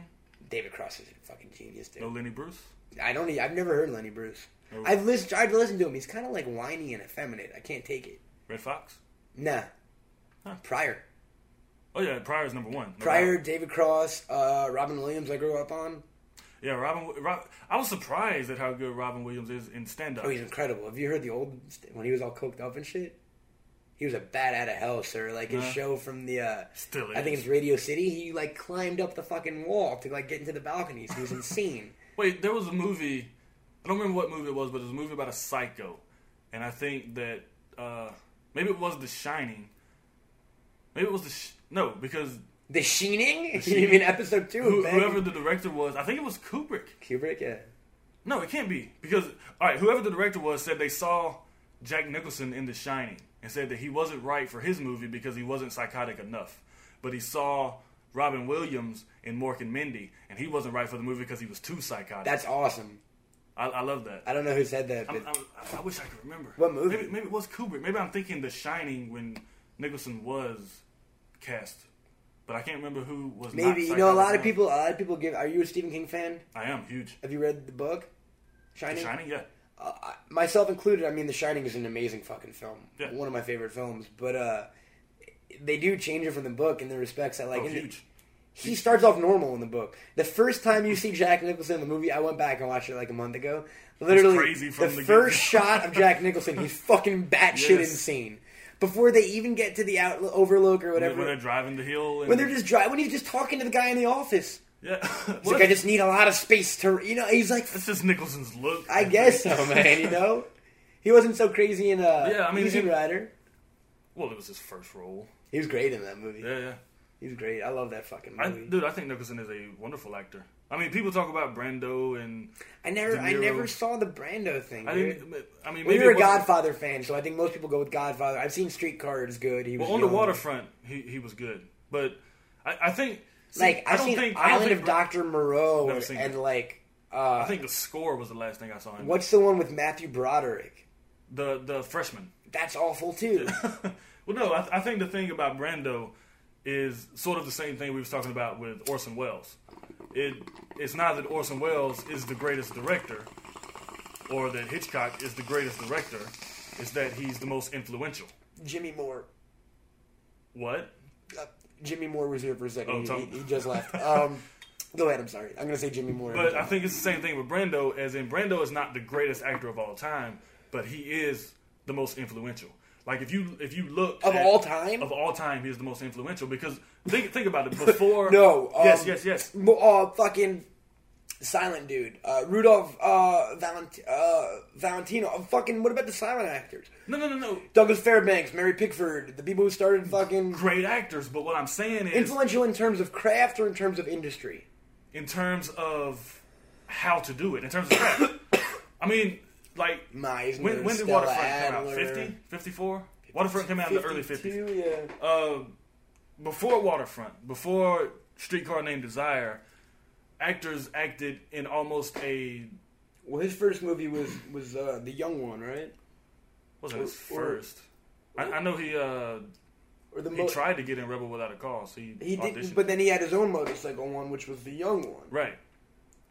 David Cross is a fucking genius, dude.
No Lenny Bruce?
I don't. e- I've never heard Lenny Bruce.
No.
I've listened. I've listened to him. He's kind of like whiny and effeminate. I can't take it.
Red Fox?
Nah.
Huh.
Pryor.
Oh, yeah, Pryor's number one. No
Pryor,
doubt.
David Cross, uh, Robin Williams. I grew up on.
Yeah, Robin, Rob, I was surprised at how good Robin Williams is in stand up.
Oh, he's incredible. Have you heard the old st- when he was all coked up and shit? He was a bat out of hell, sir. Like his
Nah.
show from the uh,
Uh-huh. Still
I think
is.
it's Radio City. He like climbed up the fucking wall to like get into the balconies. He was
(laughs)
insane.
Wait, there was a movie. I don't remember what movie it was, but it was a movie about a psycho, and I think that uh, maybe it was The Shining. Maybe it was the sh- no because
The (laughs) Sheening.
Sheening?
Even episode two.
who,
back-
whoever the director was, I think it was Kubrick.
Kubrick. Yeah.
No, it can't be because all right, whoever the director was said they saw Jack Nicholson in The Shining and said that he wasn't right for his movie because he wasn't psychotic enough, but he saw Robin Williams in Mork and Mindy and he wasn't right for the movie because he was too psychotic.
That's awesome.
I, I love that.
I don't know who said that, but
I'm, I'm, I wish I could remember.
What movie?
Maybe, maybe it was Kubrick. Maybe I'm thinking The Shining when Nicholson was cast, but I can't remember who was. not
maybe you know a lot
psychotic
of
now.
people. A lot of people give. Are you a Stephen King fan?
I am huge.
Have you read the book?
The
Shining.
Shining, yeah.
uh, I- myself included, I mean, The Shining is an amazing fucking film.
Yeah.
One of my favorite films. But uh, they do change it from the book in the respects that, like,
Oh,
in the-
huge.
he starts off normal in the book. The first time you see Jack Nicholson in the movie, I went back and watched it like a month ago. Literally,
crazy from
the,
the
first
get-go.
shot of Jack Nicholson,
(laughs)
he's fucking batshit
Yes.
insane. Before they even get to the out- overlook or whatever,
When they're driving the hill, and
when they're just dry, when he's just talking to the guy in the office,
yeah. (laughs)
he's
What?
like, "I just need a lot of space to," you know, he's like,
That's just Nicholson's look.
I (laughs)
(laughs)
guess so, Oh, man. You know, he wasn't so crazy in uh,
Oh, Yeah, I mean,
Easy
he-
Rider.
Well, it was his first role.
He was great in that movie.
Yeah, yeah.
He was great. I love that fucking
I,
movie.
dude, I think Nicholson is a wonderful actor. I mean, people talk about Brando, and
I, never,
De
I
Niro.
never saw the Brando thing.
I
dude.
didn't. I mean,
we
maybe
were
it
a
wasn't-
Godfather fan, so I think most people go with Godfather. I've seen Streetcar is good. He was
Well, on the
young.
waterfront, he, he was good, but I, I think see,
Like
I
I've
don't
seen
think I don't
Island
think
of
Bra-
Doctor Moreau
Never
and,
seen it.
like
I
uh,
think the score was the last thing I saw. Him.
what's the one with Matthew Broderick?
the the freshman?
That's awful
(laughs)
too.
well, no, I, I think the thing about Brando is sort of the same thing we was talking about with Orson Welles. It it's not that Orson Welles is the greatest director, or that Hitchcock is the greatest director. It's that he's the most influential.
Jimmy Moore.
What?
Uh, Jimmy Moore was here for a second.
Oh,
He-
Tom-
he, he just left. Um, go ahead. I'm sorry. I'm gonna say Jimmy Moore. every
But
time.
I think it's the same thing with Brando, as in Brando is not the greatest actor of all time, but he is the most influential. Like if you if you look
Of all time?
of all time, he is the most influential because think think about it before
(laughs) No. Um,
yes yes yes
mo- Uh, fucking silent dude. Uh, Rudolph uh, Valent- uh, Valentino. Uh, fucking. What about the silent actors?
no no no no
Douglas Fairbanks, Mary Pickford, the people who started fucking
great actors. But what I'm saying is
influential in terms of craft or in terms of industry.
in terms of how to do it in terms of craft. (coughs) I mean like
Meisner,
when when did
Stella
Waterfront come out
Adler.
50 54 Waterfront came out in the early 50s
52, Yeah.
uh, before Waterfront, before Streetcar Named Desire, actors acted in almost a
Well, his first movie was was uh, the young one, right?
what was it his
Or- or-
first? I, I know he uh,
Or the
he
mo-
tried to get in Rebel Without a Cause. He,
He
auditioned.
did, but then he had his own motorcycle one, which was the young one,
right?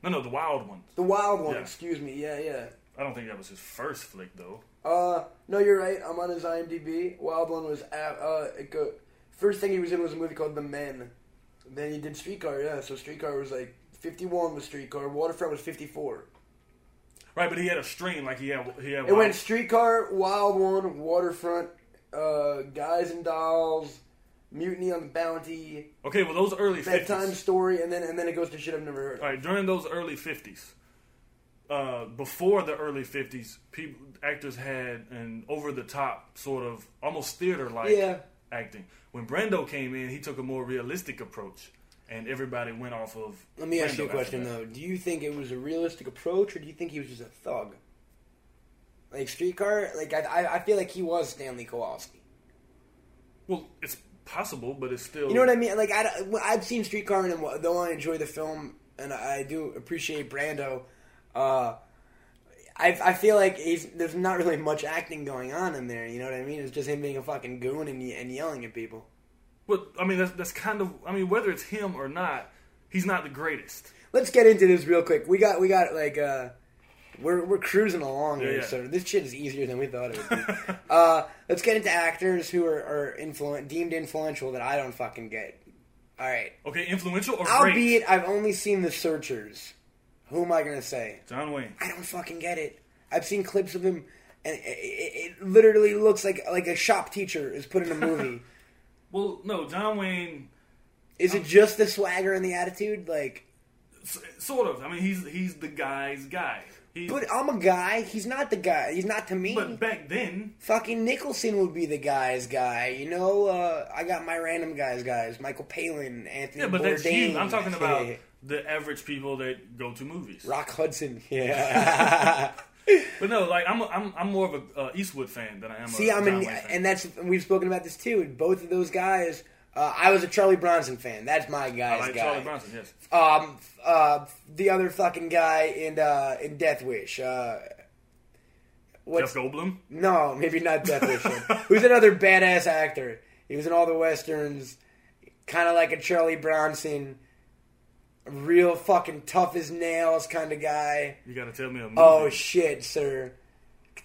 No, no, the Wild Ones.
the wild one.
Yeah.
Excuse me. Yeah, yeah.
I don't think that was his first flick though.
Uh, no, you're right. I'm on his IMDb. Wild One was uh, uh it go, first thing he was in was a movie called The Men. Then he did Streetcar. Yeah, so Streetcar was like 51 was Streetcar. Waterfront was 54.
Right, but he had a stream like he had he had.
It went Streetcar, Wild One, Waterfront, uh, Guys and Dolls, Mutiny on the Bounty,
okay, well those early
Bedtime
50s.
Story, and then and then it goes to shit I've never heard. of.
All right, during those early fifties, uh, before the early '50s, people actors had an over-the-top sort of almost theater-like
Yeah.
acting. When Brando came in, he took a more realistic approach, and everybody went off of.
Let me ask
Brando
you a
after
question
that.
though. Do you think it was a realistic approach, or do you think he was just a thug? Like streetcar, like I, I, I feel like he was Stanley Kowalski.
Well, it's possible, but it's still.
You know what I mean? Like I, I've seen Streetcar, and though I enjoy the film, and I do appreciate Brando, uh, I, I feel like he's, there's not really much acting going on in there. You know what I mean? It's just him being a fucking goon and, ye- and yelling at people.
But I mean, that's that's kind of. I mean, whether it's him or not, he's not the greatest.
Let's get into this real quick. We got we got like uh, we're we're cruising along
Yeah,
here,
yeah.
so this shit is easier than we thought it would be.
(laughs)
uh, let's get into actors who are, are influen- deemed influential that I don't fucking get. All right.
Okay, influential or great?
Albeit, I've only seen The Searchers. Who am I gonna say?
John Wayne.
I don't fucking get it. I've seen clips of him, and it, it, it literally looks like like a shop teacher is put in a
(laughs)
movie.
Well, no, John Wayne.
is it just the swagger and the attitude? Like,
s- Sort of. I mean, he's he's the guy's guy. He,
but I'm a guy. He's not the guy. He's not to me.
but back then,
Fucking Nicholson would be the guy's guy. You know, uh, I got my random guys guys. Michael Palin, Anthony.
yeah, but
Bourdain.
that's you. I'm talking about
Yeah.
the average people that go to movies.
(laughs) Rock Hudson. (laughs)
(laughs)
Yeah.
But no, like I'm a, I'm I'm more of a uh, Eastwood fan than I am.
See,
a
I'm
John
an,
Wayne fan.
and that's and we've spoken about this too. Both of those guys, uh, I was a Charlie Bronson fan. That's my
I
guy's
like
guy.
Charlie Bronson. Yes.
Um, f- uh, the other fucking guy in uh, in Death Wish. Uh,
Jeff
what's
Goldblum.
no? Maybe not Death Wish. Who's another badass actor? He was in all the westerns, kind of like a Charlie Bronson, real fucking tough as nails kind of guy.
You gotta tell me a movie.
Oh shit, sir!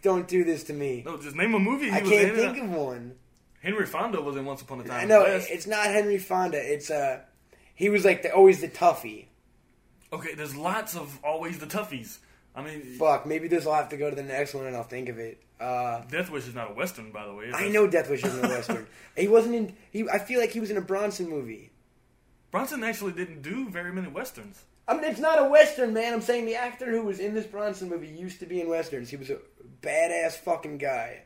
Don't do this to me.
no, just name a movie. He
I
was
can't
in uh,
think
and out.
of one.
Henry Fonda was in Once Upon a Time.
I
in
know
West.
it's not Henry Fonda. It's uh, he was like the, always the toughie.
Okay, there's lots of always the toughies. I mean,
Fuck, maybe this will have to go to the next one and I'll think of it. Uh,
Death Wish is not a western, by the way. is
I
it?
know Death Wish
(laughs)
isn't a western. he wasn't in. He, I feel like he was in a Bronson movie.
Bronson actually didn't do very many westerns.
I mean, it's not a western, man. I'm saying the actor who was in this Bronson movie used to be in westerns. He was a badass fucking guy.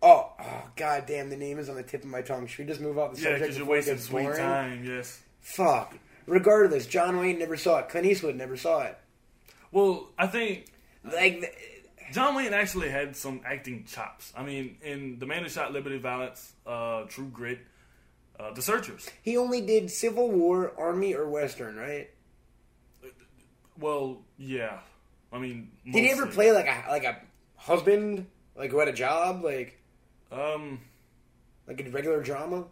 Oh, oh god damn, the name is on the tip of my tongue. Should we just move off the
Yeah,
subject?
because you're
before it
wasting
gets
sweet
boring?
time. Yes.
Fuck. Regardless, John Wayne never saw it. Clint Eastwood never saw it.
Well, I think
Like. th-
John Wayne actually had some acting chops. I mean, in The Man Who Shot Liberty Valance, uh, True Grit, uh, The Searchers.
He only did Civil War, Army, or Western, right?
Well, yeah. I mean,
Did he ever
mostly.
play like a like a husband, like who had a job, like
Um,
like a regular drama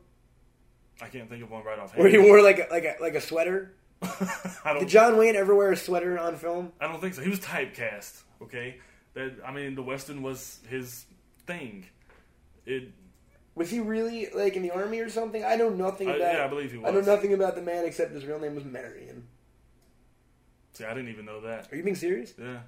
I can't think of one right off.
where (laughs) he wore like a, like a like a sweater?
(laughs) I don't.
Did John Wayne ever wear a sweater on film?
I don't think so. He was typecast. Okay, that I mean, the western was his thing. It
Was he really like in the army or something? I know nothing
I-
about.
yeah, I believe he
I know
was.
nothing about the man except his real name was Marion.
see. I didn't even know that.
Are you being serious?
Yeah.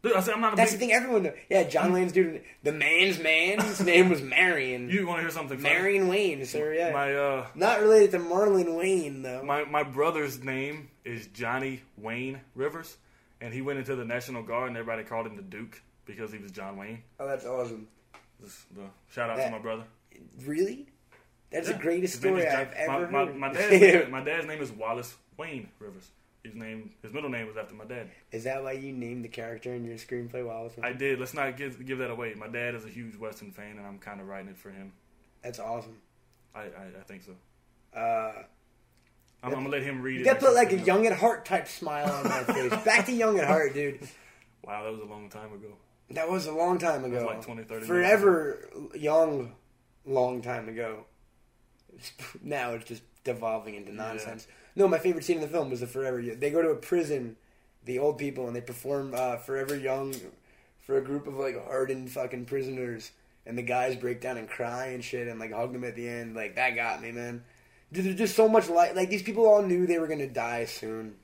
Dude, I said I'm not a
That's the
big.
thing everyone knows. Yeah, John Wayne's dude, the man's man.
(laughs)
His name was Marion.
You want to hear something? funny?
Marion Wayne, sir. Yeah,
My uh,
not related to Marlon Wayne though.
my my brother's name is Johnny Wayne Rivers, and he went into the National Guard, and everybody called him the Duke because he was John Wayne.
oh, that's awesome.
Just the shout out
That-
to my brother.
Really? That's the
Yeah.
greatest
His name
story
is John-
I've ever
my,
heard.
My, my,
(laughs)
dad's name, my dad's name is Wallace Wayne Rivers. His name, his middle name was after my dad.
is that why you named the character in your screenplay Wallace?
I did. Let's not give give that away. My dad is a huge Western fan, and I'm kind of writing it for him.
That's awesome.
I I, I think so.
Uh,
I'm, I'm gonna let him read it.
that
next
put like a
time.
young at heart type smile on my face. Back to
(laughs)
young at heart, dude.
Wow, that was a long time ago.
That was a long time ago.
like 20, 30 minutes
Forever young, long time ago. (laughs) Now it's just devolving into nonsense. No, my favorite scene in the film was the Forever. Young. They go to a prison, the old people, and they perform uh, Forever Young for a group of like hardened fucking prisoners. And the guys break down and cry and shit and like hug them at the end. Like that got me, man. Dude, There's just so much light. Like these people all knew they were gonna die soon.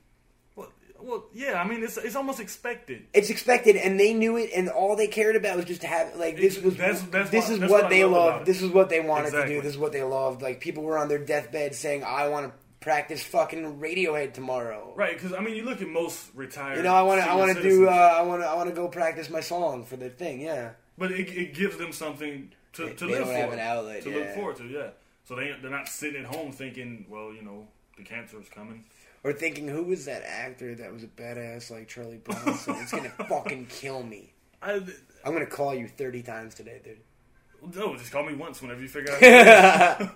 Well, well, yeah. I mean, it's it's almost expected.
It's expected, and they knew it, and all they cared about was just to have like this was
That's- that's
this
what-
is
that's
what
what I
they
love about
loved.
it.
This is what they wanted to
Exactly.
do. This is what they loved. Like people were on their deathbed saying, "I want to practice fucking Radiohead tomorrow.
Right, because I mean, you look at most retired.
You know, I want to. I
senior
want to do.
citizens,
Uh, I want to. I want to go practice my song for the thing. Yeah.
but it, it gives them something to, to
they
live
don't
for.
have an outlet,
to
yeah.
look forward to, yeah. So they they're not sitting at home thinking, well, you know, the cancer is coming.
Or thinking, who was that actor that was a badass like Charlie Bronson? it's
(laughs)
gonna fucking kill me.
I
I'm gonna call you 30 times today, dude.
no, just call me once whenever you
(laughs)
figure out.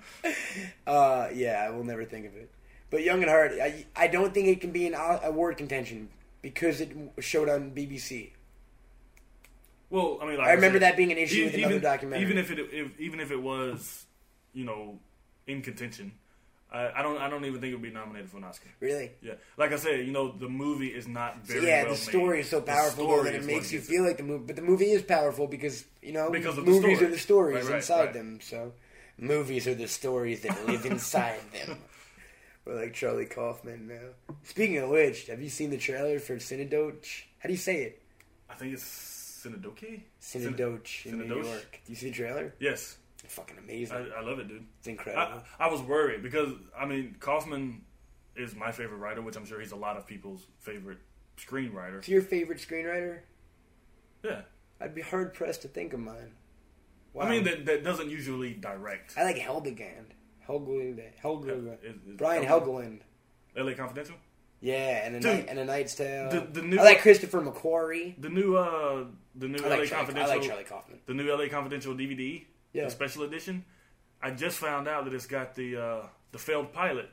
Uh, yeah, I will never think of it. But Young and Hart, I, I don't think it can be an o- award contention because it showed on BBC.
well, I mean, like
I remember
said, e-,
that being an issue with another
even,
documentary.
Even if it if, even if it was, you know, in contention, I, I don't I don't even think it would be nominated for an Oscar.
Really?
Yeah, like I said, you know, the movie is not very.
yeah,
well
the story
made.
is so
The
powerful though,
story
that it
is
makes
what
you
gets it.
feel like the movie. But the movie is powerful because you know
Because of the
movies
story.
are the stories
Right, right,
inside
right.
them. So movies are the stories that live inside them. (laughs) We're like Charlie Kaufman now. Speaking of which, have you seen the trailer for Cinedoche? How do you say it?
I think it's Cinedoche.
Cinedoche in New
Cinedoche?
York. Do you see the trailer?
Yes,
Fucking
I,
amazing.
I love it, dude.
it's incredible.
I, I was worried because I mean Kaufman is my favorite writer, which I'm sure he's a lot of people's favorite screenwriter.
to your favorite screenwriter?
Yeah,
I'd be hard pressed to think of mine. Wow.
I mean that that doesn't usually direct.
I like Helgeland. Helgeland. Helgeland.
Is- is-
Brian Helgeland.
L.A. Confidential.
Yeah, and a
Dude.
night, and a Knight's Tale.
The- the new-
I like Christopher McQuarrie.
The new uh the new
I
L.A.
like, Charlie, I
Confidential.
like Charlie Kaufman.
the new LA Confidential DVD,
Yeah.
the special edition. I just found out that it's got the uh, the failed pilot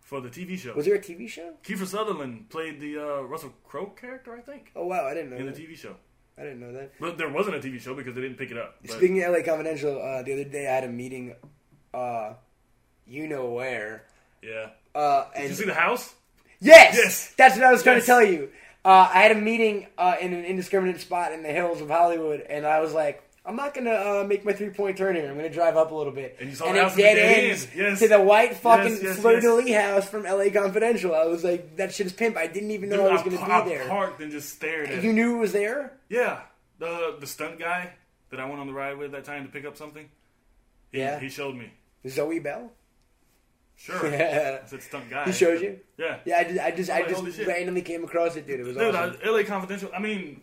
for the TV show.
Was there a TV show?
Kiefer Sutherland played the uh, Russell Crowe character, I think,
Oh wow, I didn't know
in the
that.
TV show.
I didn't know that.
But there wasn't a TV show because they didn't pick it up. But
Speaking of LA Confidential, uh, the other day I had a meeting, uh, you know where,
yeah,
uh, and
did you see the house?
yes,
Yes!
that's what I was trying
Yes.
to tell you. Uh, I had a meeting uh, in an indiscriminate spot in the hills of Hollywood, and I was like, I'm not gonna uh, make my three point turn here. I'm gonna drive up a little bit,
And you saw the house with the dead end. Yes.
to the white fucking
Yes, yes,
fleur de lis house from LA Confidential. I was like, that shit's pimp. I didn't even know
Dude,
I was
I,
gonna
pa-
be
I
there.
parked and just stared at
You
it.
knew it was there?
Yeah, the the stunt guy that I went on the ride with that time to pick up something. He,
Yeah.
he showed me.
Zoe Bell? (laughs)
Sure,
Yeah.
I said stunt guy.
He showed you?
Yeah,
Yeah, I just, I just, I
Holy
just
shit.
randomly came across it, dude. It was
Dude,
awesome.
I, LA Confidential. I mean,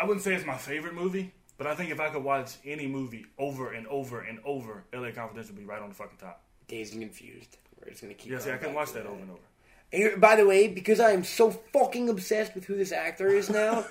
I wouldn't say it's my favorite movie, but I think if I could watch any movie over and over and over, LA Confidential would be right on the fucking top.
Dazed and confused. We're just gonna keep.
Yeah, see,
going
I can
back
watch
to
that over and over.
Here- by the way, because I am so fucking obsessed with who this actor is
(laughs)
now,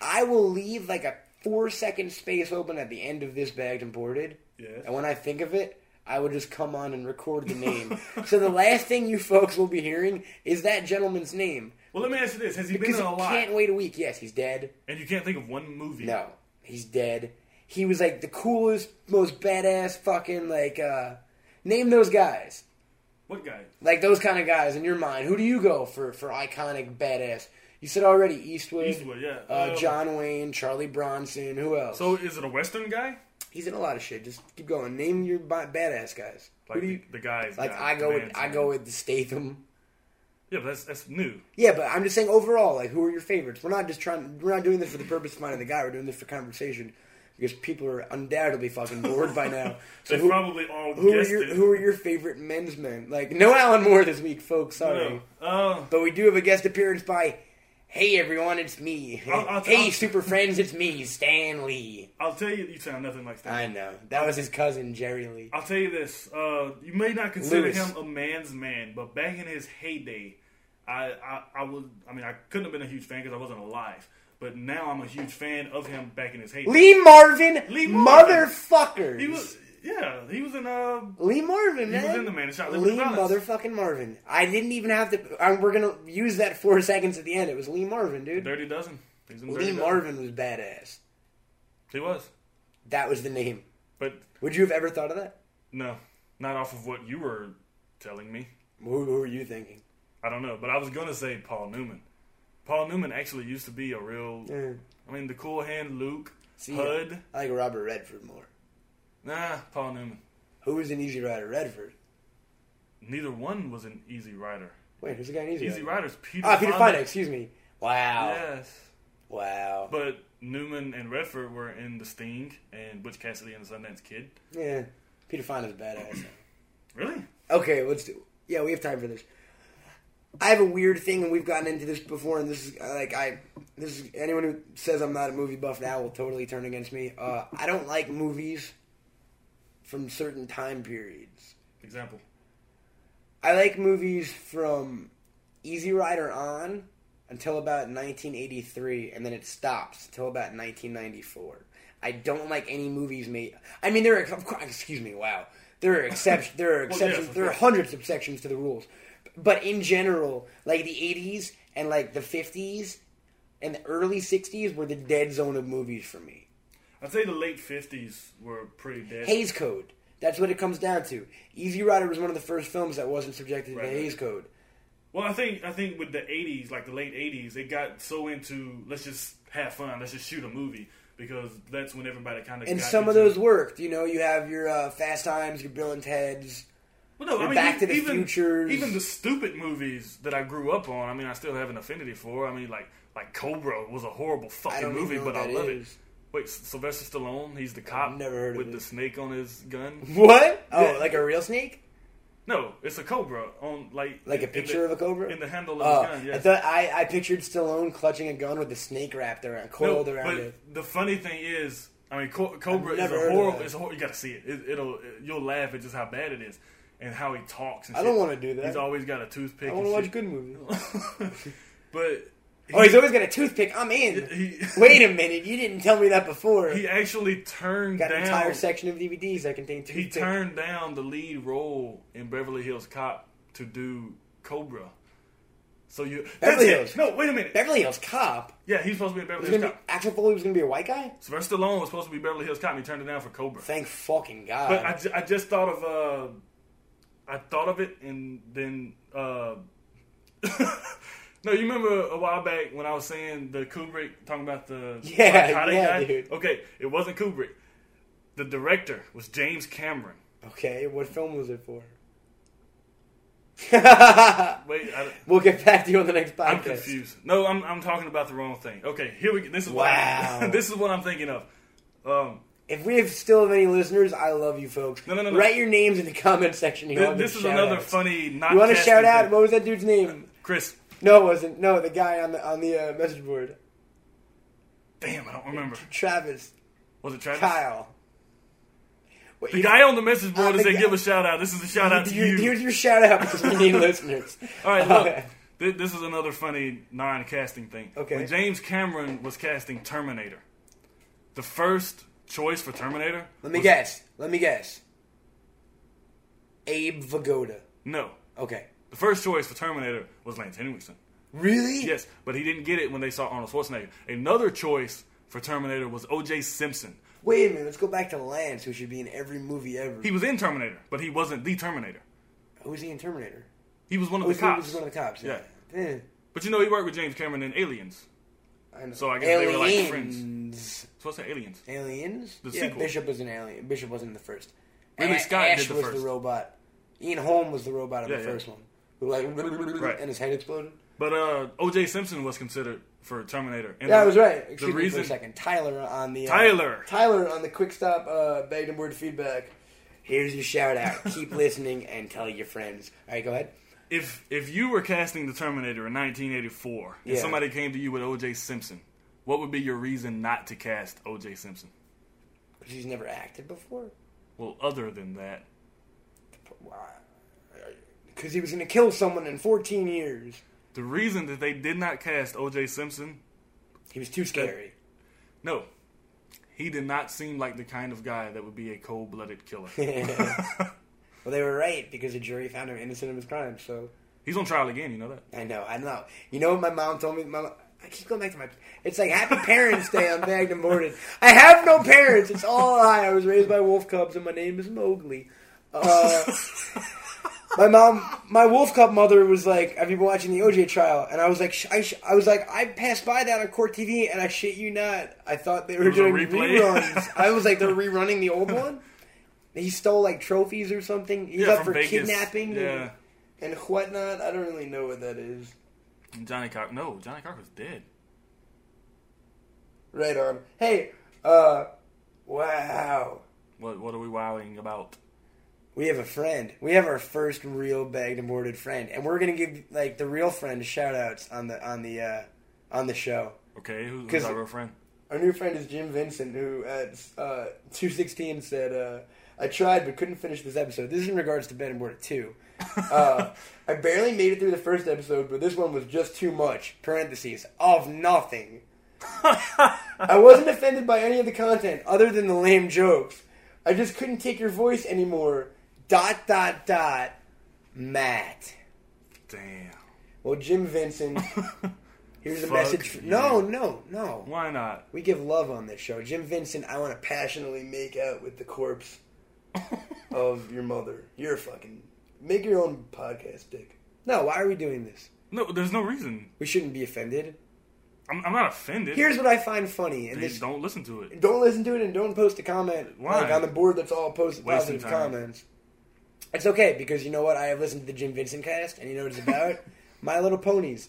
I will leave like a four second space open at the end of this bagged and boarded.
Yes.
And when I think of it, I will just come on and record the
(laughs)
name. so the last thing you folks will be hearing is that gentleman's name.
Well, let me ask you this: Has he been
Because
in a
you
lot?
can't wait a week. Yes, he's dead.
And you can't think of one movie.
No, he's dead. He was like the coolest, most badass fucking like uh name those guys.
What guy?
Like those kind of guys in your mind. Who do you go for for iconic badass? You said already Eastwood,
Eastwood, yeah.
uh,
Um,
John Wayne, Charlie Bronson. Who else?
So is it a Western guy?
he's in a lot of shit. Just keep going. Name your bi- badass guys.
Like
who do you,
the, the guys.
like?
guy,
I go
the
with
man's
I
guy.
go with Statham.
Yeah, but that's that's new.
Yeah, but I'm just saying overall, like, who are your favorites? We're not just trying. We're not doing this for the purpose of finding the guy. We're doing this for conversation because people are undoubtedly fucking bored by
(laughs)
now. So
They
who,
probably all
who are
guessed
your
it.
who are your favorite men's men? Like, no Alan Moore this week, folks. Sorry,
No. Uh,
but we do have a guest appearance by. Hey everyone, it's me.
I'll- I'll-
hey
I'll-
super friends, it's me, Stan Lee.
I'll tell you, you sound nothing like that.
I know that was his cousin Jerry Lee.
I'll tell you this: uh, you may not consider
Lewis.
him a man's man, but back in his heyday, I, I I would I mean I couldn't have been a huge fan because I wasn't alive. But now I'm a huge fan of him back in his heyday.
Lee Marvin,
Lee Marvin.
motherfuckers.
He was yeah, he was in uh
Lee Marvin, man.
was in the Man in Shot, Liberty
Lee
Balance.
motherfucking Marvin. I didn't even have to. i we're gonna use that four (laughs) seconds at the end. It was Lee Marvin, dude.
Dirty Dozen. He was in Dirty
Lee
Dozen.
Marvin was badass.
He was,
That was the name.
but
Would you have ever thought of that?
no, not off of what you were telling me.
Who, who were you thinking?
I don't know, but I was gonna say Paul Newman. Paul Newman actually used to be a real.
Yeah.
I mean, the cool hand Luke
See,
Hood.
I like Robert Redford more.
Nah, Paul Newman.
Who was an Easy Rider? Redford.
Neither one was an easy rider.
Wait, who's the guy in Easy,
Easy
Rider?
Riders. Peter.
Ah, Peter
Fonda.
Fonda. Excuse me. Wow.
Yes.
Wow.
But Newman and Redford were in The Sting and Butch Cassidy and the Sundance Kid.
yeah. Peter Fonda's badass.
Really?
okay, let's do. Yeah, we have time for this. I have a weird thing, and we've gotten into this before. And this is uh, like I, this is anyone who says I'm not a movie buff now will totally turn against me. Uh, I don't like movies from certain time periods.
Example.
I like movies from Easy Rider on until about 1983, and then it stops until about 1994. I don't like any movies made. I mean, there are of course- excuse me, wow,
(laughs)
there are exceptions. There are
yes,
exceptions.
of
there are
course.
hundreds of exceptions to the rules, but in general, like the 80s and like the 50s and the early 60s were the dead zone of movies for me.
I'd say the late fifties were pretty dead.
Hayes Code. That's what it comes down to. Easy Rider was one of the first films that wasn't subjected
Right.
to Hayes Code.
Well, I think I think with the '80s, like the late '80s, it got so into let's just have fun, let's just shoot a movie because that's when everybody kind of
And
got
some of
into-
those worked. You know, you have your uh, Fast Times, your Bill and Ted's.
Well, no, I
and
mean,
Back
e-
to the
even,
Futures.
even the stupid movies that I grew up on. I mean, I still have an affinity for. I mean, like like Cobra was a horrible fucking
don't even
movie,
know
but
what
I
that
love
is.
it. Wait, Sylvester Stallone, he's the cop
never heard of
with
it.
the snake on his gun.
What? Oh,
Yeah.
like a real snake?
No, it's a cobra on like
Like a
in- in
picture
the-
of a cobra?
in the handle of
Oh,
his gun. Yeah.
I thought I, I pictured Stallone clutching a gun with a snake wrapped around, coiled
No,
around
but
it.
the funny thing is, I mean, Co- Cobra is
never
a
heard of
horrible.
that.
It's a hor- you got to see it. it. It'll it- you'll laugh at just how bad it is and how he talks. And
I
shit.
don't wanna do that.
He's always got a toothpick.
I want to watch
and
good movies.
shit. (laughs) but
(laughs) Oh, he's always got a toothpick. I'm in.
he (laughs)
Wait a minute, you didn't tell me that before.
he actually turned
got an
down.
entire section of DVDs that contain
he
toothpicks.
turned down the lead role in Beverly Hills Cop to do Cobra. So you that's
Beverly
it.
Hills.
No, wait a minute.
Beverly Hills Cop.
yeah, he's supposed to be in Beverly
Was
Hills
gonna be,
Cop.
Axel Foley was going to be a white guy?
Sylvester Stallone was supposed to be Beverly Hills Cop. and He turned it down for Cobra.
Thank fucking God.
But I, ju- I just thought of uh, I thought of it, and then uh, (laughs) no, you remember a while back when I was saying the Kubrick talking about the
(laughs) Yeah,
narcotic
yeah,
guy?
dude.
Okay, it wasn't Kubrick. The director was James Cameron.
Okay, what film was it for? (laughs) we'll
Wait, I,
get back to you on the next podcast.
I'm confused. No, I'm I'm talking about the wrong thing. Okay, here we. go. This is (laughs) What
Wow.
I'm, this is what I'm thinking of. Um,
If we have still have any listeners, I love you folks.
No, no, no, no.
Write your names in the comment section. You
th-
want
this is
shout
another
outs.
funny. Not
You want to
casting
shout out?
thing.
What was that dude's name?
Chris?
No, it wasn't. No, the guy on the on the uh, message board.
Damn, I don't remember.
Travis,
Was it Travis?
Kyle. Wait,
The guy on the message board
Uh,
is
the
saying,
guy-
"Give a shout out." This is a shout out to
Here-
you.
Here's your shout out because we
(laughs)
need listeners. Uh,
All right, look.
Okay.
Th- This is another funny non-casting thing.
Okay.
When James Cameron was casting Terminator, the first choice for Terminator.
Let me
was-
guess. Let me guess. Abe Vagoda.
No,
Okay.
the first choice for Terminator was Lance Henriksen.
Really?
Yes, but he didn't get it when they saw Arnold Schwarzenegger. Another choice for Terminator was O.J. Simpson.
Wait a minute. Let's go back to Lance, who should be in every movie ever.
He was in Terminator, but he wasn't the Terminator.
Who was he in Terminator?
He was one of
Oh,
the
he
cops.
was one of the cops. Yeah. Eh,
But you know, he worked with James Cameron in Aliens.
I know.
So I guess they were, like, friends.
Aliens.
So what's that? Aliens.
Aliens.
The
yeah,
sequel.
Bishop was an alien. Bishop wasn't in the first.
Ridley
A-
Scott did
Ash
the
was
first.
the robot. Ian Holm was the robot of
Yeah,
the
yeah.
first one. Who like
Right.
and his head exploded.
But uh, O.J. Simpson was considered for Terminator. And
Yeah,
the-
I was right. Excuse
the
me
reason
for a second. Tyler on the uh,
Tyler.
Tyler on the quick stop uh, begged and word feedback. Here's your shout
(laughs)
out. Keep listening and tell your friends. All right, go ahead.
if if you were casting the Terminator in 1984 and
Yeah.
somebody came to you with O.J. Simpson, what would be your reason not to cast O.J. Simpson?
Because he's never acted before.
Well, other than that,
Because he was going to kill someone in 14 years.
the reason that they did not cast O.J. Simpson,
He was too scary. (laughs)
no, he did not seem like the kind of guy that would be a
(laughs)
cold-blooded killer.
Well, they were right because the jury found him innocent of his crime. So
He's on trial again. You know that?
I know, I know. You know what my mom told me? My mom, I keep going back to my. It's like Happy Parents Day on Bagged and Boarded. I have no parents. It's all a lie. I was raised by wolf cubs, and my name is Mowgli. Uh, my mom, my wolf cub mother was like, "Have you been watching the OJ trial?" And I was like, sh- I, sh- "I was like, I passed by that on court TV, and I shit you not, I thought they were
was a
doing
replay.
reruns.
(laughs)
I was like, they're rerunning the old one. He stole like trophies or something.
(laughs)
He was up for kidnapping. and-
Yeah,
and whatnot. I don't really know what that is.
Johnny Cock. No, Johnny Cock was dead.
Right on. Hey, uh, wow.
What What are we wowing about?
we have a friend. We have our first real bagged and boarded friend, and we're gonna give like the real friend shout outs on the on the uh, on the show.
Okay, who's, who's
'Cause-
our real friend?
Our new friend is Jim Vincent, who at uh, two sixteen said, uh, "I tried but couldn't finish this episode." This is in regards to Bed and Board
(laughs)
Two. Uh, I barely made it through the first episode, but this one was just too much. Parentheses of
(laughs)
nothing. I wasn't offended by any of the content other than the lame jokes. I just couldn't take your voice anymore. Dot dot dot. Matt.
Damn. (laughs)
Well, Jim Vincent. Here's a
Fuck
message. For,
you.
no, no, no.
Why not?
We give love on this show. Jim Vincent, I want to passionately make out with the corpse of your mother. You're a fucking. Make your own podcast, Dick. No, why are we doing this?
No, there's no reason.
We shouldn't be offended.
I'm, I'm not offended.
Here's what I find funny in
They
this. Don't,
don't listen to it.
listen to it and don't post a comment
Why?
like, on the board that's all posted
Wasting
positive
time.
comments. It's okay because you know what? I have listened to the Jim Vincent cast, and you know what it's
(laughs)
about? My Little Ponies.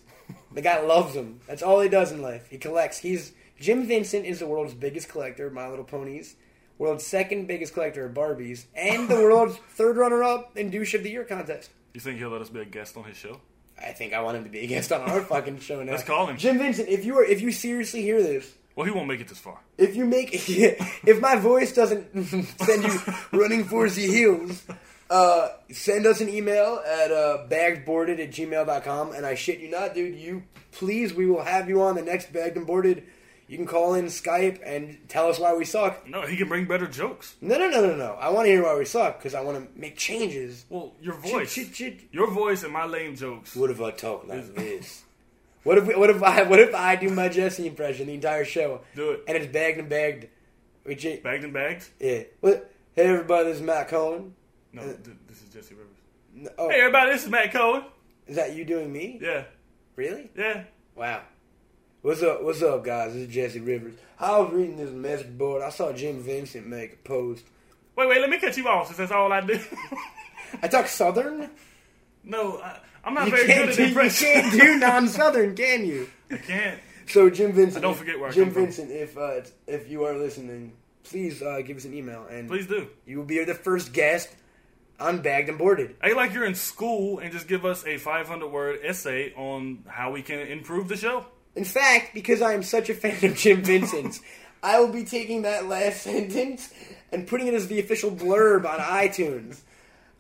The guy loves them. That's all he does in life. He collects. He's Jim Vincent is the world's biggest collector of My Little Ponies, world's second biggest collector of Barbies,
(laughs)
and the world's third runner-up in Douche of the Year contest.
You think he'll let us be a guest on his show?
I think I want him to be a guest on our fucking show now.
Let's call him.
Jim Vincent. If you are, if you seriously hear this,
Well, he won't make it this far.
if you make, (laughs) if my voice doesn't send
(laughs)
you running for the hills, uh, send us an email at uh, baggedboarded at gmail.com. And I shit you not, dude. You please, we will have you on the next bagged and boarded. You can call in Skype and tell us why we suck.
No, he can bring better jokes.
No, no, no, no, no. I want to hear why we suck because I want to make changes.
Well, your voice,
Shit, shit, shit.
your voice, and my lame jokes.
What if I talk like this? What if what if I what if I do my Jesse impression the entire show?
Do it.
And it's bagged and bagged. We j-
Bagged and bagged.
Yeah. What? Hey, everybody, this is Matt Cohen.
No, th- this is Jesse Rivers.
N- Oh,
Hey, everybody, this is Matt Cohen.
is that you doing me?
Yeah,
Really?
yeah.
Wow. What's up? What's up, guys? This is Jesse Rivers. I was reading this message board. I saw Jim Vincent make a post.
Wait, wait, let me cut you off since that's all I do. (laughs)
I talk Southern.
no, I, I'm not
You
very good
can't,
at
do, you
impressions.
can't do non-Southern, can you?
(laughs) I can't.
So Jim Vincent.
don't forget where I
Jim
come from.
Vincent. If uh, it's- if you are listening, please uh, give us an email and
Please do.
you will be the first guest on Bagged and Boarded.
Act like you're in school and just give us a 500 word essay on how we can improve the show.
In fact, because I am such a fan of Jim Vincent's, I will be taking that last (laughs) sentence and putting it as the official blurb on iTunes.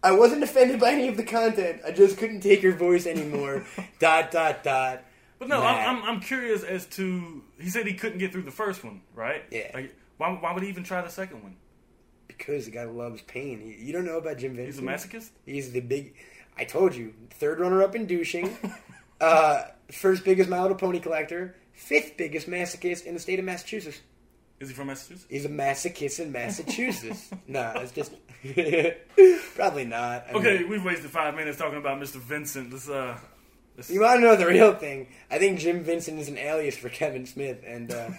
I wasn't offended by any of the content. I just couldn't take your voice
(laughs)
anymore. dot dot dot.
But no,
Matt.
I'm, I'm I'm curious as to he said he couldn't get through the first one, right?
Yeah.
Like, why why would he even try the second one?
Because the guy loves pain. You- You don't know about Jim Vincent.
He's a masochist.
He's the big. I told you, third runner-up in douching. uh, first biggest My Little Pony collector. Fifth biggest masochist in the state of Massachusetts.
Is he from Massachusetts?
He's a masochist in
(laughs)
Massachusetts. nah, it's just (laughs) probably not. I
Okay,
mean,
we've wasted five minutes talking about Mr. Vincent. Let's uh, let's,
you want to know the real thing? I think Jim Vincent is an alias for Kevin Smith, and
(laughs)
uh,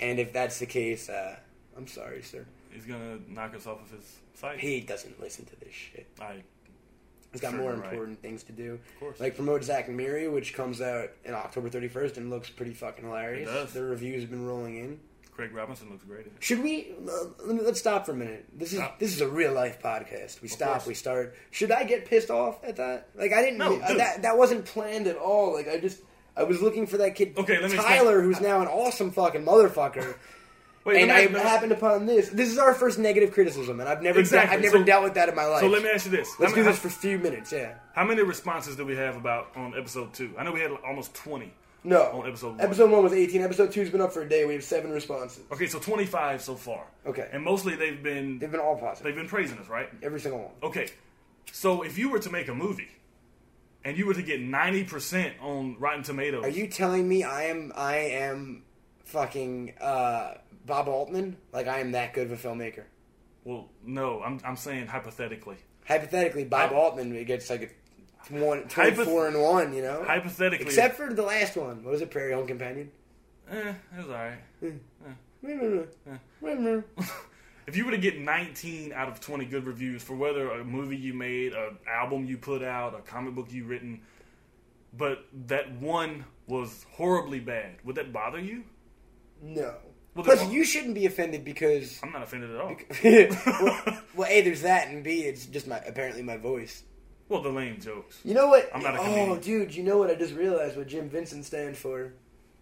and if that's the case, uh, I'm sorry, sir.
(laughs) he's gonna knock us off of his site.
He doesn't listen to this shit.
I
He's got
Sure,
more
you're right.
important things to do,
course.
like promote Zach and Miri, which comes out in October 31st and looks pretty fucking hilarious.
It does.
The reviews have been rolling in.
Craig Robinson looks great.
Should we? Uh, let me, let's stop for a minute. This is
Stop.
this is a real life podcast. We stop.
course.
We start. Should I get pissed off at that? Like I didn't.
No,
uh,
dude.
that that wasn't planned at all. Like I just I was looking for that kid.
Okay, let me
Tyler,
explain.
who's now an awesome fucking motherfucker.
(laughs) Wait,
and I
let me-
happened upon this. This is our first negative criticism, and I've never
Exactly.
I've never
So-
dealt with that in my life.
So let me ask you this:
Let's
how,
do
many,
this for a few minutes. Yeah.
how many responses do we have about on episode two? I know we had like, almost twenty.
No.
On Oh, episode one.
Episode one was 18. Episode two's been up for a day. We have seven responses.
Okay, so twenty-five so far.
Okay.
and mostly they've been
They've been all positive.
they've been praising us, right?
Every single one.
Okay, so if you were to make a movie and you were to get ninety percent on Rotten Tomatoes,
Are you telling me I am I am fucking uh, Bob Altman? Like I am that good of a filmmaker?
well, no, I'm I'm saying hypothetically.
Hypothetically, Bob Altman gets like a one, 24 and one, you know.
Hypothetically,
Except for the last one. What was it? Prairie Home Companion.
eh, it was all right.
(laughs) That's
If you were to get 19 out of 20 good reviews for whether a movie you made, an album you put out, a comic book you written, but that one was horribly bad, would that bother you?
no.
Well,
Plus,
then-
you shouldn't be offended
(laughs)
because. (laughs)
I'm not offended at all.
well, well, a there's that, and b it's just my apparently my voice.
(laughs) Well, the lame jokes,
You know what?
I'm not a
oh,
comedian.
dude, you know what? I just realized what Jim Vincent stands for: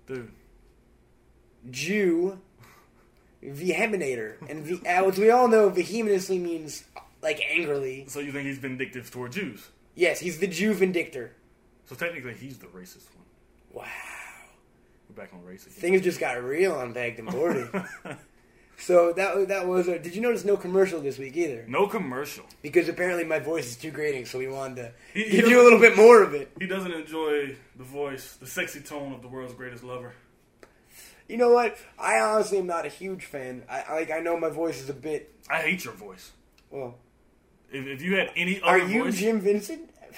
dude.
Jew, veheminator, and ve- uh, as we all know, vehemently means like angrily.
So you think he's vindictive toward Jews?
Yes, he's the Jew vindictor.
So technically, he's the racist one.
Wow,
We're back on race again.
things just got real on Bagged and Boarded.
(laughs)
so that was- that was. A, did you notice no commercial this week either?
no commercial.
Because apparently my voice is too grating, so we wanted to
He- he
give you a
doesn't-
little bit more of it.
He doesn't enjoy the voice, the sexy tone of the world's greatest lover.
You know what? I honestly am not a huge fan. I I- like. I know my voice is a bit.
I hate your voice.
Well,
If, if you had any
are
other
you
voice,
Jim Vincent? (sighs)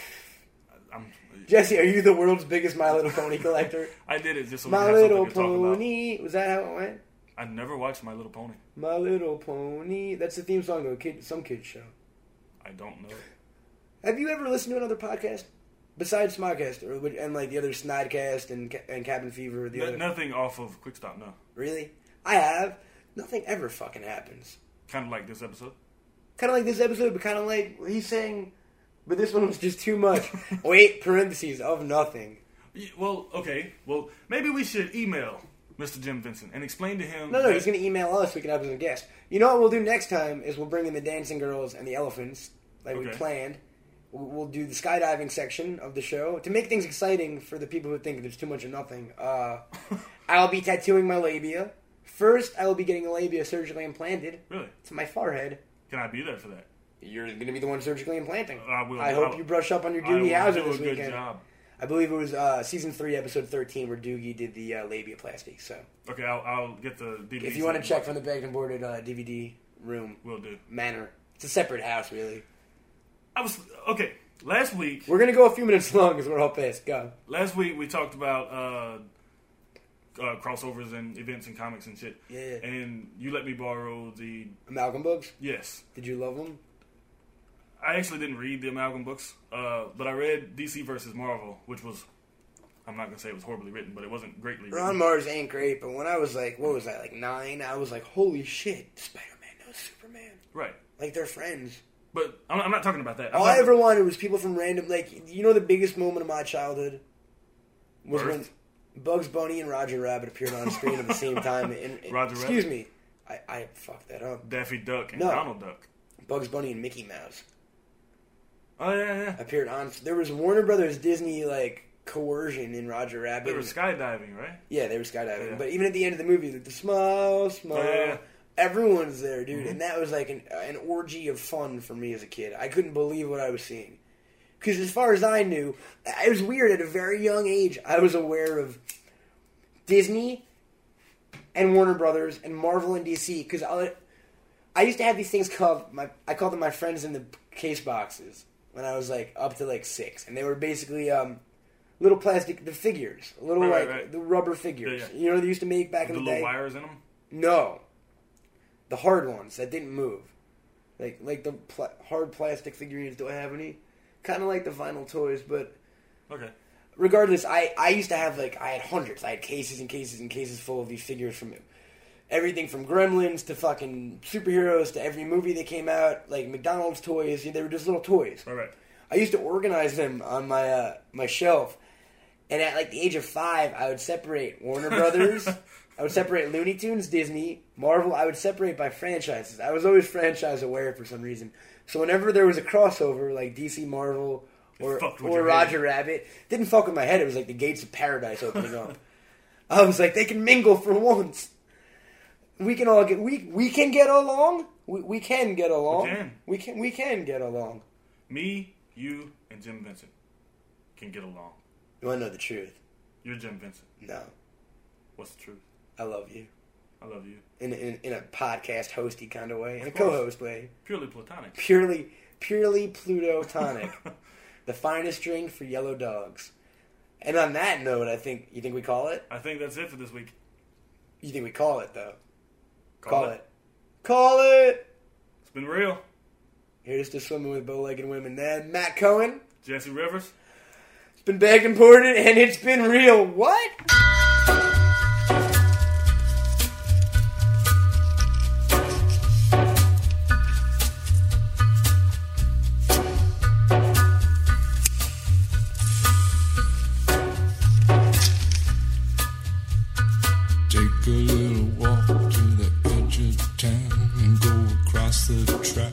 I'm,
Jesse, are you the world's biggest My Little Pony collector?
I did it just so we
My
could have
Little
something to talk about.
Pony. Was that how it went?
I never watched My Little Pony.
My Little Pony. That's the theme song of a kid, some kid's show.
I don't know.
Have you ever listened to another podcast besides Smodcast or would- and like the other Snodcast and Ca- and Cabin Fever? or The
No-
other
nothing off of Quick Stop. No,
really? I have. Nothing ever fucking happens.
kind of like this episode.
Kind of like this episode, but kind of like he's saying, but this one was just too
(laughs)
much. Wait, parentheses of nothing.
Y- Well, okay. Well, maybe we should email Mr. Jim Vincent and explain to him.
No, no,
that-
he's gonna email us. We can have him as a guest. You know what we'll do next time is we'll bring in the dancing girls and the elephants, like we
Okay.
planned. We- We'll do the skydiving section of the show to make things exciting for the people who think there's too much of nothing. Uh, I'll be tattooing my labia. First, I will be getting a labia surgically implanted
Really?
to my forehead.
Can I be there for that?
You're gonna be the one surgically implanting.
I will-
I hope
I'll-
you brush up on your
I will
Doogie Howser
do a
this
good
weekend.
job.
I believe it was uh, season three, episode thirteen, where Doogie did the uh, labiaplasty. So,
Okay, I'll, I'll get the DVD.
if you want to check from the bagged and boarded uh, DVD room,
we'll do.
manor. It's a separate house, really.
I was okay. Last week,
We're gonna go a few minutes (laughs) long because we're all pissed. Go.
last week we talked about uh, uh, crossovers and events and comics and shit.
Yeah.
And you let me borrow the
Malcolm books.
yes.
Did you love them?
I actually didn't read the Amalgam books, uh, but I read DC versus Marvel, which was I'm not gonna say it was horribly written, but it wasn't greatly written.
Ron Mars ain't great, but when I was like, what was I like nine? I was like, holy shit, Spider Man knows Superman.
right.
Like they're friends.
But I'm, I'm not talking about that. I'm
All I
talking-
ever wanted was people from random. Like you know, the biggest moment of my childhood was
Birth?
when Bugs Bunny and Roger Rabbit appeared on screen at the same time. And, (laughs) and-
Roger
excuse me, I, I fucked that up.
Daffy Duck and
No.
Donald Duck.
Bugs Bunny and Mickey Mouse.
Oh yeah, yeah.
appeared on. There was Warner Brothers Disney like coercion in Roger Rabbit.
They were skydiving, right?
yeah, they were skydiving.
Yeah.
But even at the end of the movie, like, the smile, smile.
Oh, yeah, Mm-hmm. yeah.
Everyone's there, dude, and that was like an an orgy of fun for me as a kid. I couldn't believe what I was seeing. Because as far as I knew, it was weird. At a very young age, I was aware of Disney and Warner Brothers and Marvel and DC. Because I, I used to have these things called my I called them my friends in the case boxes when I was like up to like six, and they were basically um, little plastic the figures, little
Right, right,
like
right.
the rubber figures.
Yeah, yeah.
You know they used to make back
The
in the day.
little wires in them.
No, the hard ones that didn't move, like like the pla- hard plastic figurines. Do I have any? Kind of like the vinyl toys, but
Okay.
regardless, I, I used to have like I had hundreds. I had cases and cases and cases full of these figures from everything from Gremlins to fucking superheroes to every movie that came out, like McDonald's toys. They were just little toys.
All right.
I used to organize them on my uh, my shelf, and at like the age of five, I would separate Warner
(laughs)
Brothers. I would separate Looney Tunes, Disney, Marvel. I would separate by franchises. I was always franchise aware for some reason. So whenever there was a crossover like DC, Marvel, or
fucked with
or
your head.
Roger Rabbit, didn't fuck with my head. It was like the gates of paradise opening up. (laughs) I was like, they can mingle for once. We can all get we we can get along. We, we can get along.
can.
we can we can get along.
Me, you, and Jim Vincent can get along.
You want to know the truth?
You're Jim Vincent.
No,
What's the truth?
I love you
I love you.
in in, in a podcast hosty kind of way, in a
Of course.
co-host way,
Purely platonic. (laughs)
purely purely plutonic, the finest drink for yellow dogs. And on that note, I think you think we call it.
I think that's it for this week.
You think we call it though? Call, it. Call it.
It's been real.
Here's to swimming with bow-legged women. Then Matt Cohen.
Jesse Rivers.
It's been back and ported, and it's been real. What?
track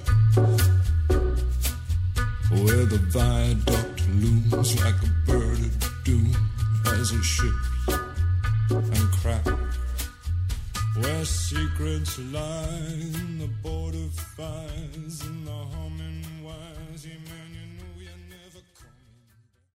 where the viaduct looms like a bird of doom as it ships and cracks. Where secrets lie in the border fires and the humming wire.